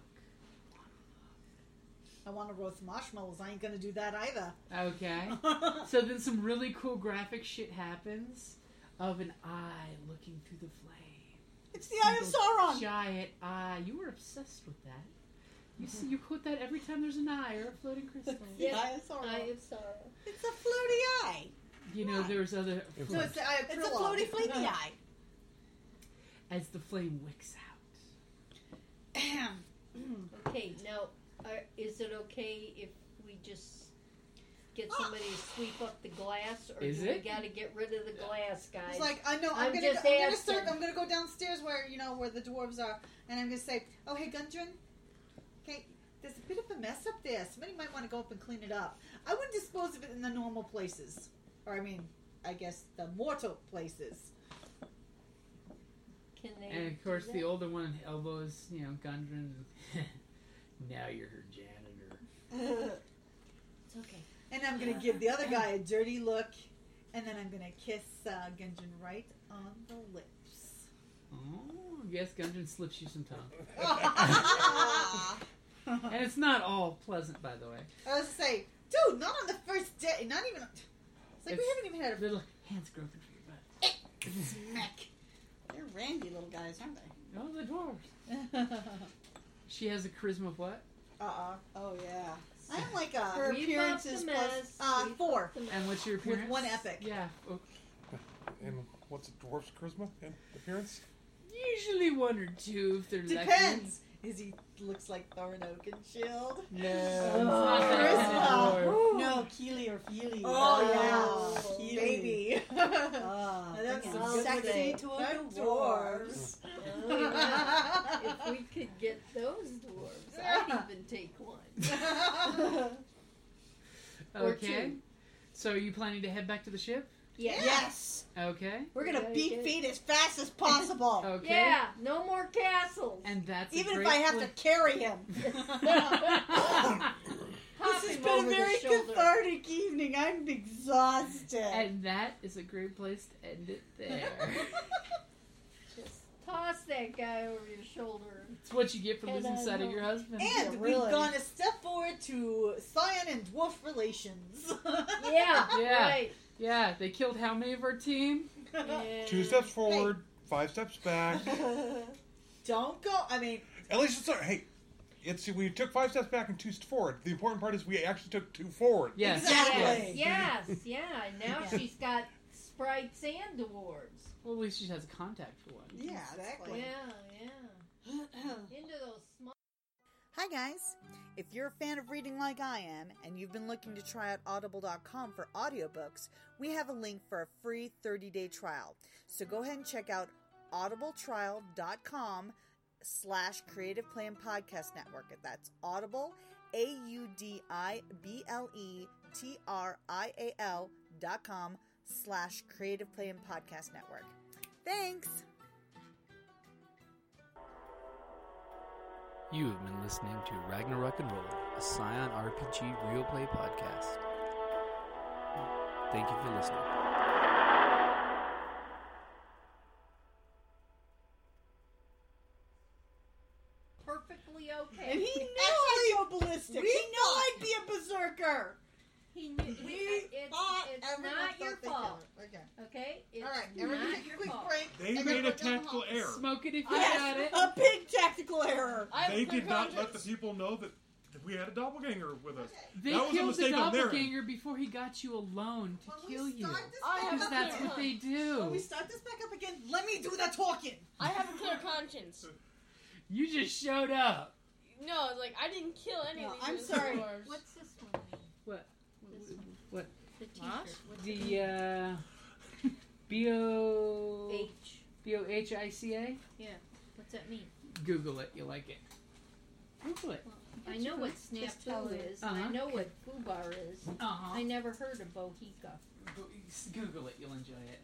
F: I want to roast marshmallows. I ain't gonna do that either.
E: Okay. So then some really cool graphic shit happens of an eye looking through the flame.
F: it's the Eye of Sauron.
E: Giant eye. You were obsessed with that. You
F: Mm-hmm.
E: see, you quote that every time there's an eye or a floating crystal.
F: It's the
I: Yeah.
F: Eye of Sauron.
I: I am sorrow.
F: It's a floaty eye.
E: You know, there's other.
F: So it's uh, the Eye of
C: It's a
F: Frilon.
C: floaty, flaky eye.
E: As the flame wicks out.
F: Ahem.
I: Okay, now, are, is it okay if we just get
F: Ah!
I: somebody to sweep up the glass, or
E: Is
I: do we
E: it?
I: gotta get rid of the glass, guys?
F: It's like I know I'm,
I: I'm
F: gonna go,
I: just
F: I'm gonna
I: asking.
F: start, I'm gonna go downstairs where you know where the dwarves are, and I'm gonna say, "Oh hey Gundren, okay, there's a bit of a mess up there. Somebody might want to go up and clean it up. I wouldn't dispose of it in the normal places, or I mean, I guess the mortal places.
I: Can they?
E: And of course,
I: do
E: the
I: that?
E: older one elbows, you know, Gundren. now you're her janitor.
I: It's okay.
F: And I'm gonna give the other guy a dirty look, and then I'm gonna kiss uh, Gundren right on the lips. Mm-hmm.
E: Oh, yes, Gundren slips you some tongue.
F: I
E: And it's not all pleasant, by the way.
F: was say, dude, not on the first day, not even. It's like we
E: It's-
F: haven't even had a
E: Little hands groping for your butt.
H: Smack. They're randy little guys, aren't they?
E: Oh, the dwarves.
F: uh
E: She has a charisma of what?
F: uh
H: Oh yeah.
F: I'm like a
H: Her
I: Sweep up
H: appearance
I: the
H: is
I: mess,
H: plus.
F: uh,
I: sweep
F: four.
I: up the mess.
E: And what's your appearance?
F: one epic.
E: Yeah. o-
G: And what's a dwarf's charisma and appearance?
E: Usually one or two if they're lucky.
F: depends. Is he looks like Thorin Oakenshield?
E: No. it's not that kind of dwarf.
H: No, Keely or Feely.
F: Oh,
I: yeah.
H: Keely.
F: Baby.
H: Oh,
F: That's
H: yeah.
F: some
H: sexy
I: good
H: to
F: That
H: a dwarf.
F: dwarves.
I: Oh, yeah. if we could get those dwarves, I'd even take one.
H: Oh,
I: Or
E: Okay.
I: two.
E: So are you planning to head back to the ship?
I: Yeah.
H: Yes.
E: Okay.
H: We're gonna
I: Very
H: beat
I: good.
H: feet.
F: Eat as fast as possible.
E: Okay.
I: Yeah, no more castles.
E: And that's a
F: Even if
E: great
F: I have to
E: pla-
F: carry him.
I: Pop
H: This has
I: him
H: been
I: over
H: a
I: the
H: very
I: shoulder.
H: cathartic evening. I'm exhausted.
E: And that is a great place to end it there.
I: Just toss that guy over your shoulder.
E: it's what you get for
I: And
E: losing
I: I
E: sight of
I: know.
E: your husband.
F: And we've
H: really.
F: gone a step forward to Scion and Dwarf relations.
I: Yeah,
E: Yeah.
I: right.
E: yeah, they killed how many of our team?
I: Yeah.
G: Two steps forward, five steps back.
F: Don't go. I mean,
G: At least it's not. Hey, it's we took five steps back and two steps forward. The important part is we actually took two forward.
E: Yes.
I: Yes,
F: Exactly.
E: yes.
I: yes, yeah. Now
F: Yeah.
I: she's got sprites and awards.
E: Well, at least she has a contact for one.
F: yeah,
I: Yeah,
F: exactly.
I: yeah. Into those small.
C: Hi, guys. If you're a fan of reading like I am and you've been looking to try out audible.com for audiobooks, we have a link for a free 30-day trial. So go ahead and check out audibletrial.com slash creative plan podcast network. That's audible, E A-U-D-I-B-L-E-T-R-I-A-L dot com slash creative plan podcast network. Thanks.
B: You have been listening to Ragnarok and Roll, a Scion RPG real play podcast. Thank you for listening.
I: perfectly
F: And
I: okay.
F: he knew I'd go ballistic.
H: We
F: he knew I'd be a berserker.
I: He knew.
F: We
I: it- it's
F: fought
I: it's
F: everyone
I: not
F: thought
I: your
F: they
I: fault.
F: could. Okay.
I: Okay? It's
F: All right. Everyone
I: not
F: take a
I: your
F: quick
I: fault.
F: break.
J: They
F: and then
J: made
F: we'll
J: a
F: go down the
J: tactical
F: hall.
J: error.
E: Smoke it if you got
H: Yes,
E: it.
H: a big tactical error.
D: I have
J: They
D: a clear
J: did not let the
D: conscience.
J: people know that that we had a doppelganger with us.
E: They
J: That was a
E: killed the
J: mistake on their
E: doppelganger before he got you alone to
F: When we
E: kill you.
F: start this
D: I
F: back
D: have
E: Because
F: up
E: that's
F: again-
E: what they
F: When we
E: do.
F: start this back up again, let me do the talking.
D: I have a clear conscience.
E: You just showed up.
D: No, like I didn't kill any of
H: No,
D: these
H: I'm
D: other
H: sorry.
D: dwarves.
I: What's this one mean?
E: What?
I: This one.
E: What?
I: The t
D: What?
I: shirt. What's it
E: The
I: mean?
E: uh, B O
I: H.
E: B O H I C A.
I: Yeah. What's that mean?
E: Google it. You like it. Google it.
I: I know what snafu is. and I
E: Uh-huh.
I: know what fubar is.
E: Uh
I: I never heard of bohica.
E: Google it. You'll enjoy it.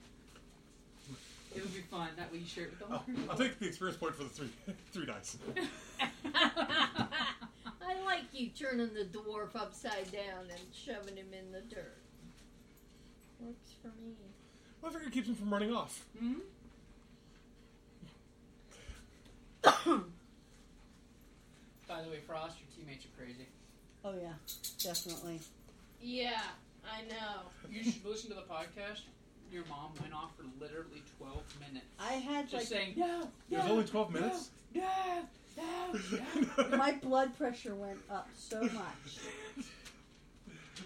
E: It'll be fun. That way you share it with the
J: Oh,
E: whole group.
J: I'll take the experience point for the three three dice. Oh.
I: I like you turning the dwarf upside down and shoving him in the dirt. Works for me.
J: Well, I figure it keeps him from running off.
E: Mhm. By the way, Frost, your teammates are crazy.
H: Oh yeah, definitely.
D: Yeah, I know.
E: You should listen to the podcast. Your mom went off for literally 12 minutes.
H: I had
E: Just
H: like
E: saying, no,
J: It was
E: no,
J: only 12 minutes?
E: No, no, no, no.
H: my blood pressure went up so much.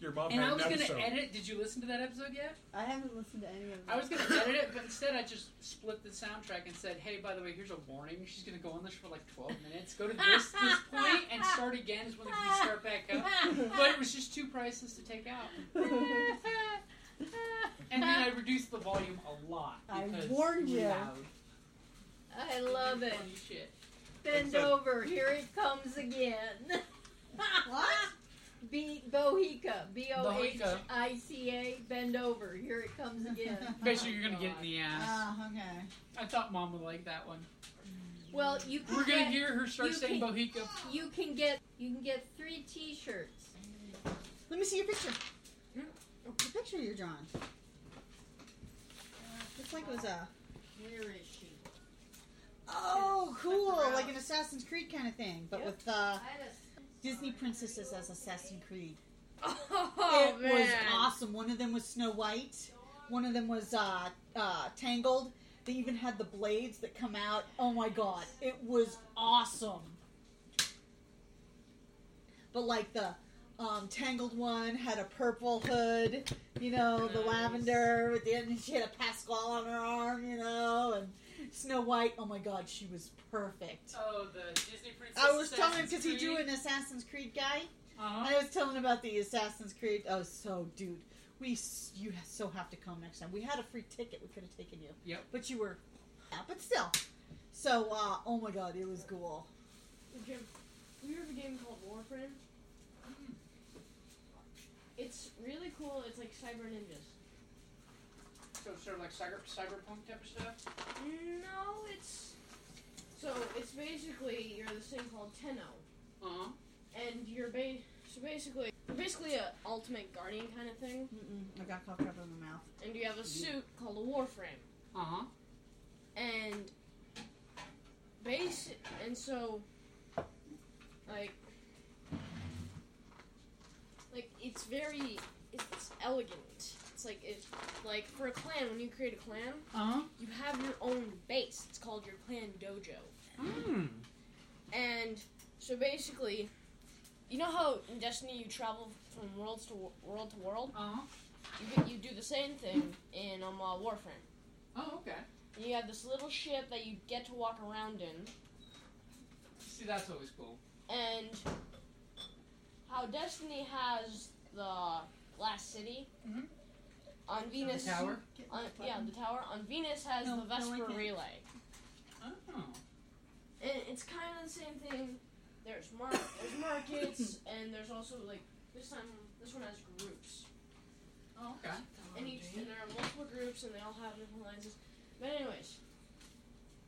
J: Your mom
E: And
J: had
E: I was
J: an
E: going
J: episode.
E: to edit. Did you listen to that episode yet?
H: I haven't listened to any of them.
E: I was going to edit it, but instead I just split the soundtrack and said, hey, by the way, here's a warning. She's going to go on this for like 12 minutes. Go to this, this point and start again is when we start back up. But it was just too priceless to take out. And then I reduced the volume a lot.
H: I
E: because
H: warned
E: it was
H: you.
E: loud.
D: I love it.
E: Funny shit.
D: Bend over. Here it comes again.
F: What?
D: B Bohica. B O H
E: Bohica.
D: I C A. Bend over. Here it comes again.
E: Basically, you're going to get in the ass.
F: Ah, okay.
E: Oh I thought mom would like that one.
D: Well, you can
E: We're
D: get,
E: going to hear her start
D: you
E: saying
D: can-
E: Bohica.
D: you can get you can get three T-shirts.
F: Let me see your picture.
H: Oh, the picture you're drawing.
F: Looks Uh, like it was a.
D: Where is she?
F: Oh, cool!
D: around.
F: Like an Assassin's Creed kind of thing, but
D: Yep.
F: with uh,
D: I had a.
F: Disney princesses as Assassin's Creed.
D: Oh
F: it
D: man.
F: was awesome. One of them was Snow White. One of them was uh, uh, Tangled. They even had the blades that come out. Oh my god, it was awesome. But like the um, Tangled one had a purple hood, you know, the
E: Nice.
F: lavender with the and she had a Pascal on her arm, you know, and Snow White. Oh my god, she was perfect.
E: Oh, the Disney princess.
F: I was telling him because he drew an Assassin's Creed guy.
E: Uh-huh.
F: I was telling about the Assassin's Creed. Oh, so dude, we s- you ha- so have to come next time. We had a free ticket. We could have taken you.
E: Yep.
F: But you were, yeah, but still. So, uh, oh my God, it was cool.
D: Jim, you heard of a game called Warframe? It's really cool. It's like Cyber Ninjas.
E: So sort of like cyber, cyberpunk type of stuff.
D: No, it's so it's basically you're this thing called Tenno,
E: Uh huh.
D: and you're ba- so basically you're basically a ultimate guardian kind of thing,
F: Mm-mm, I got cough drop in my mouth.
D: and you have a suit called a Warframe,
E: Uh huh.
D: and base and so like like it's very it's elegant. It's like it like for a clan when you create a clan.
E: Uh
D: you have your own base. It's called your clan dojo.
E: huh. Mm.
D: And so basically, you know how in Destiny you travel from worlds to wo- world to world.
E: Uh huh.
D: You, you do the same thing in um, uh, Warframe.
E: Oh okay.
D: And you have this little ship that you get to walk around in,
E: See, that's always cool.
D: and how Destiny has the last city
H: Mm-hmm.
E: Mhm.
D: on Venus.
E: The tower.
D: On, yeah, the tower on Venus has
H: No,
D: the
H: no, I
D: Vesper
H: can't.
D: Relay.
E: Oh.
D: And it's kind of the same thing. There's mar- there's markets, and there's also like this time this one has groups,
E: Oh okay.
D: and each and there are multiple groups, and they all have different alliances. But anyways,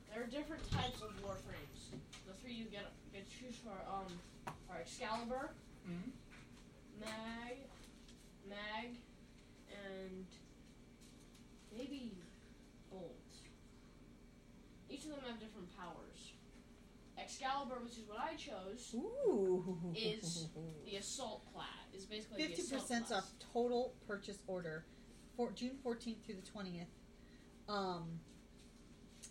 D: there are different types of warframes. The three you get get to choose for um are Excalibur,
E: Mm.
D: Mag, Mag, and maybe Bolt. Each of them have different powers. Excalibur, which is what I chose,
F: Ooh.
D: Is- the assault class is basically
F: fifty
D: the assault
F: percent
D: class.
F: off total purchase order, for June fourteenth through the twentieth. Um,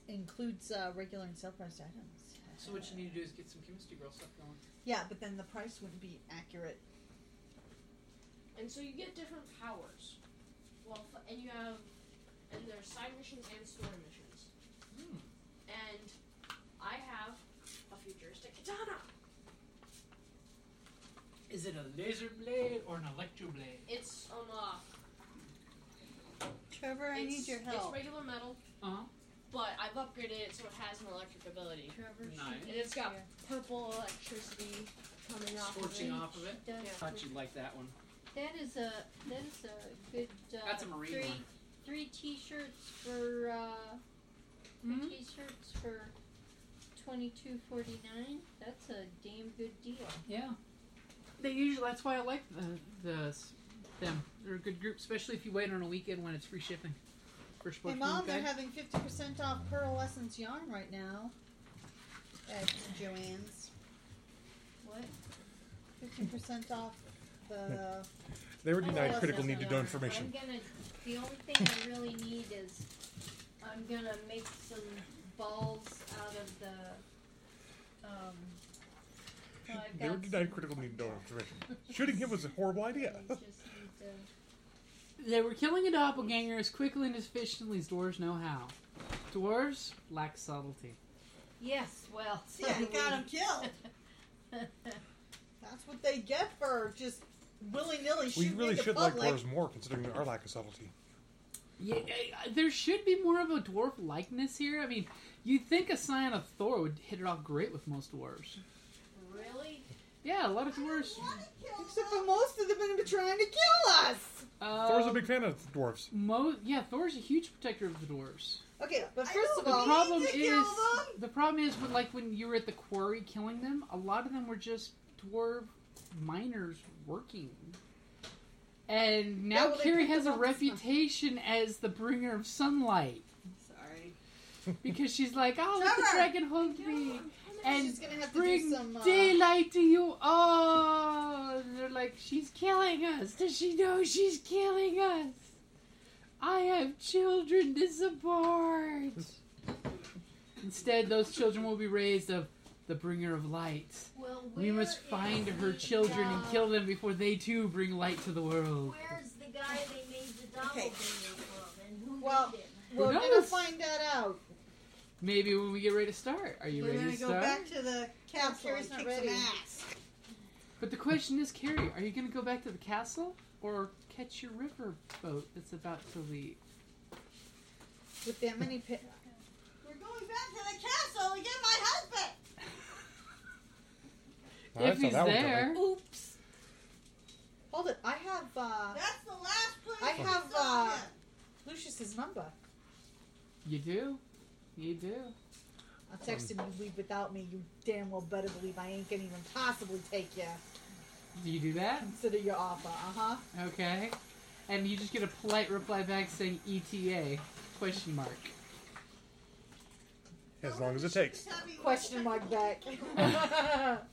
F: includes uh, regular and sale price items.
E: So what you need to do is get some chemistry girl stuff going.
F: Yeah, but then the price wouldn't be accurate.
D: And so you get different powers. Well, f- and you have and there's side missions and story missions.
E: Mm.
D: And I have a futuristic katana.
E: Is it a laser blade or an electro blade?
D: It's um uh,
H: Trevor, I
D: it's,
H: need your
D: It's
H: help.
D: regular metal,
E: Uh huh.
D: but I've upgraded it so it has an electric ability.
H: Trevor, she-
E: Nice.
D: And it's got purple electricity coming off
E: Scorching
D: of it.
E: off of it.
I: Does-
D: Yeah.
E: Thought you'd like that one.
I: That is a that is a good. Uh,
E: That's a marine
I: three,
E: one.
I: Three T-shirts for uh,
E: Mhm.
F: Hmm?
I: 3 T-shirts for twenty two forty nine. That's a damn good deal.
E: Yeah. They usually. That's why I like the the them. They're a good group, especially if you wait on a weekend when it's free shipping. For
F: Hey,
E: sports
F: Mom, they're having 50% off Pearl Essence yarn right now at Joann's.
I: What?
F: fifteen percent off the.
G: They were denied
I: Oh,
G: critical need
I: that's
G: to
I: not
G: know
I: gonna work.
G: information.
I: I'm gonna. The only thing I really need is I'm gonna make some balls out of the. Um, so I've
G: They were
I: got
G: denied critical need to know information. Shooting him was a horrible idea.
I: some- I just need to-
E: They were killing a doppelganger as quickly and efficiently as dwarves know how. Dwarves lack subtlety.
I: Yes, well.
H: See, I got him killed.
F: That's what they get for just willy nilly
G: We
F: shooting
G: really
F: in the
G: should like
F: public.
G: dwarves more, considering our lack of subtlety.
E: Yeah, I- I- there should be more of a dwarf likeness here. I mean, you'd think a Scion of Thor would hit it off great with most dwarves.
I: Really?
E: Yeah, a lot of dwarves.
F: Except for most of them have been trying to kill us.
E: Uh,
G: Thor's a big fan of dwarves.
E: Mo- yeah, Thor's a huge protector of the dwarves.
F: Okay, but
H: I
F: first
H: know,
F: of
E: The
H: but
F: all,
E: problem
H: need to kill
E: is
H: them.
E: the problem is when, like when you were at the quarry killing them, a lot of them were just dwarf miners working. And now
F: Yeah, well, they
E: Carrie
F: picked
E: has a
F: them up this month.
E: reputation as the bringer of sunlight
H: Sorry.
E: because she's like, "Oh, let the
H: Trevor!
E: dragon hold me
F: she's
E: and
F: gonna have to
E: bring
F: do some. Uh,
E: daylight to you all." And they're like, "She's killing us. Does she know she's killing us? I have children to support." Instead, those children will be raised of the bringer of light.
I: Well,
E: We
I: where
E: must
I: is
E: find
I: the
E: her children and
I: guy-
E: kill them before they too bring light to the world.
I: Where's the guy they made the doppelganger from, and who
F: Well,
I: did it?
F: we're
E: Who
F: gonna
E: knows?
F: find that out.
E: Maybe when we get ready to start. Are you
H: We're
E: ready
H: gonna
E: to
H: go
E: start?
H: back to the castle
F: Carrie's
H: and
F: not
H: kick
F: ready.
H: some ass.
E: But the question is, Carrie, are you going to go back to the castle or catch your river boat that's about to leave?
F: With that many pi
H: We're going back to the castle to get my husband.
G: I
E: if
G: saw
E: he's
G: that eh? one coming.
E: there,
I: Oops.
F: Hold it. I have uh,
H: That's the last place
F: I
H: we
F: have,
H: saw
F: uh,
H: him.
F: Lucius's number.
E: you do, you do.
F: I'll text him. You leave without me. You damn well better believe I ain't gonna even possibly take you.
E: Do you do that?
F: Consider your offer. Uh huh.
E: Okay. And you just get a polite reply back saying ETA question mark.
G: As long as it takes.
H: Just happy we-
F: Question mark back.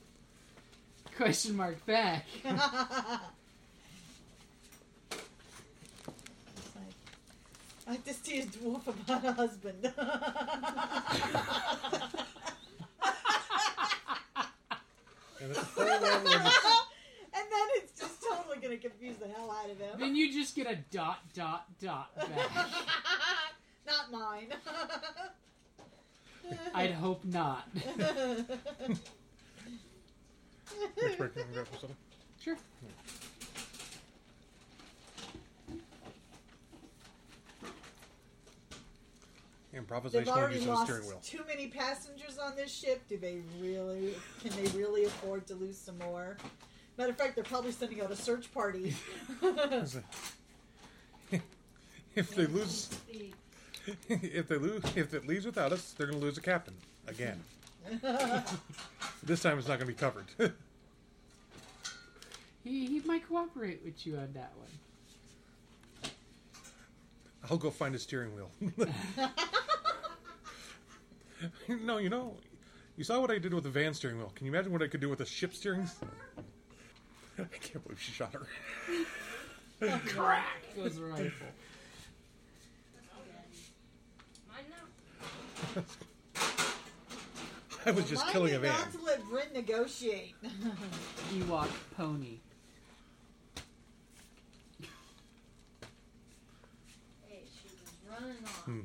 E: Question mark back.
F: It's like, I just see a dwarf about a husband.
G: And it's so long when it's-
F: and then it's just totally gonna confuse the hell out of him.
E: then you just get a dot dot dot back.
F: Not mine.
E: I'd hope not.
G: Let's break and grab something.
E: Sure.
F: They've
G: Improvisational
F: already
G: use of the
F: lost
G: steering wheel.
F: too many passengers on this ship. Do they really? Can they really afford to lose some more? Matter of fact, they're probably sending out a search party.
G: Is it- if they lose, if they lose, if it leaves without us, they're going to lose a captain again. This time it's not going to be covered.
E: He, he might cooperate with you on that one.
G: I'll go find a steering wheel. no, you know, you saw what I did with the van steering wheel. Can you imagine what I could do with a ship steering? I can't believe she shot her.
E: Crack goes the rifle.
D: Mine now.
G: I was just
F: Remind
G: killing
F: me
G: a van.
F: Not to let Bryn negotiate.
E: Ewok pony.
I: Hey, she was running off.
G: Hmm.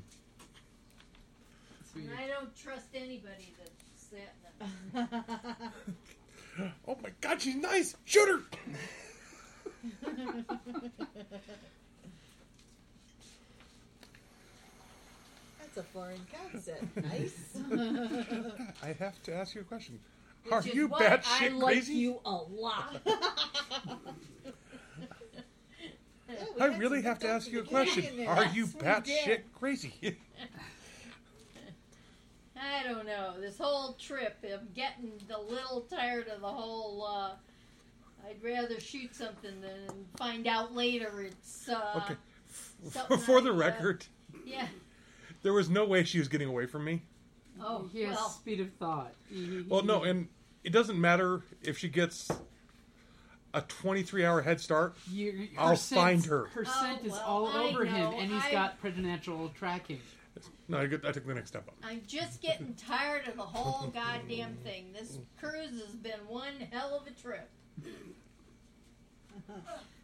E: Sweet.
I: And I don't trust anybody that's that. that-
G: Oh my god, she's nice! Shoot her!
F: That's a foreign concept. Nice.
G: I have to ask you a question. Are
I: Which is
G: you
I: why I
G: batshit
I: like
G: crazy?
I: you a lot.
G: I really have to ask you a question. Are you batshit crazy?
I: I don't know. This whole trip, I'm getting a little tired of the whole. Uh, I'd rather shoot something than find out later. It's uh,
G: Okay.
I: something
G: For the
I: I, uh,
G: record,
I: yeah.
G: there was no way she was getting away from me.
I: Oh
E: He has
I: well.
E: speed of thought. He- he-
G: Well, no,
E: he-
G: and it doesn't matter if she gets a 23 hour head start,
E: You- her
G: I'll
E: scent-
G: find her.
E: Her scent
I: Oh,
E: is
I: well,
E: all
I: I
E: over him,
I: know.
E: and he's
I: I-
E: got preternatural tracking.
G: No, I, get, I took the next step up.
I: I'm just getting tired of the whole goddamn thing. This cruise has been one hell of a trip.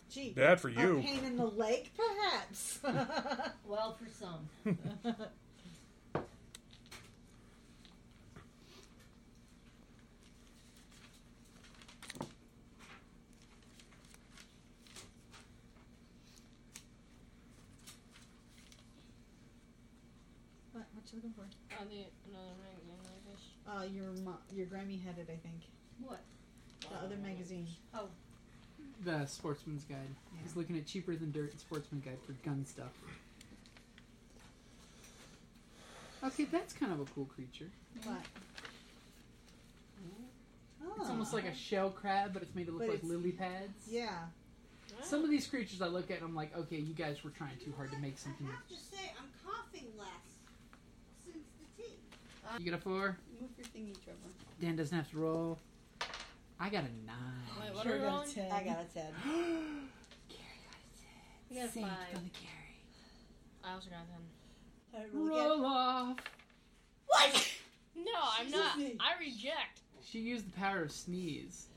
F: Gee,
G: Bad
I: Oh,
G: for
F: a
G: you.
F: pain in the leg, perhaps.
I: Well, for some.
F: what? What you looking for?
D: I need Oh, another magazine like this.
F: Uh, your mo- your Grammy had it, I think.
I: What?
F: The other magazine.
E: The Sportsman's Guide. He's looking at cheaper than dirt Sportsman's Guide for gun stuff. Okay, that's kind of a cool creature.
F: What? Oh.
E: It's almost like a shell crab, but it's made to look
F: But
E: like
F: it's-
E: lily pads.
F: Yeah.
E: Some of these creatures I look at, and I'm like, okay, you guys were trying too hard to make something.
H: I have to say, I'm coughing less since the tea.
E: You get a four.
H: Move your thingy, Trevor.
E: Dan doesn't have to roll. I got a nine.
D: Wait, what
F: Sure
D: are we
F: got a
D: rolling?
F: ten.
C: I got a 10.
I: You got a
E: Saved
I: five.
E: by the carry.
D: I also got ten.
F: I really get-
E: Roll off.
F: What?
D: No, I'm
F: Jesus
D: not.
F: me.
D: I reject.
E: She used the power of sneeze.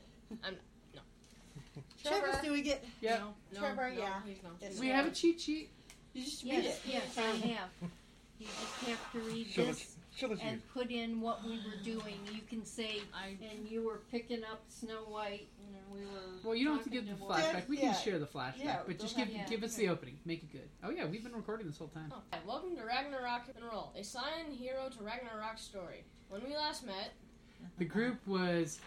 C: Trevor's doing it.
E: Yep.
D: No,
F: Trevor,
D: no,
F: yeah.
D: Please no.
C: Yes.
E: We have a cheat sheet.
C: You just read
I: Yes,
C: it.
I: yes, I have. You just have to read
G: She'll let,
I: this
G: she'll let you.
I: and put in what we were doing. You can say,
D: I
I: and you were picking up Snow White, and we were.
E: Well, you don't have to give the
I: talking to Walt.
E: flashback. We
F: Yeah.
E: can share the flashback,
C: Yeah,
E: but just
C: don't
E: give
I: have-
E: give us the opening. Make it good. Oh yeah, we've been recording this whole time.
D: Oh. Hi, welcome to Ragnarok and Roll, a sign hero to Ragnarok's story. When we last met,
E: The group was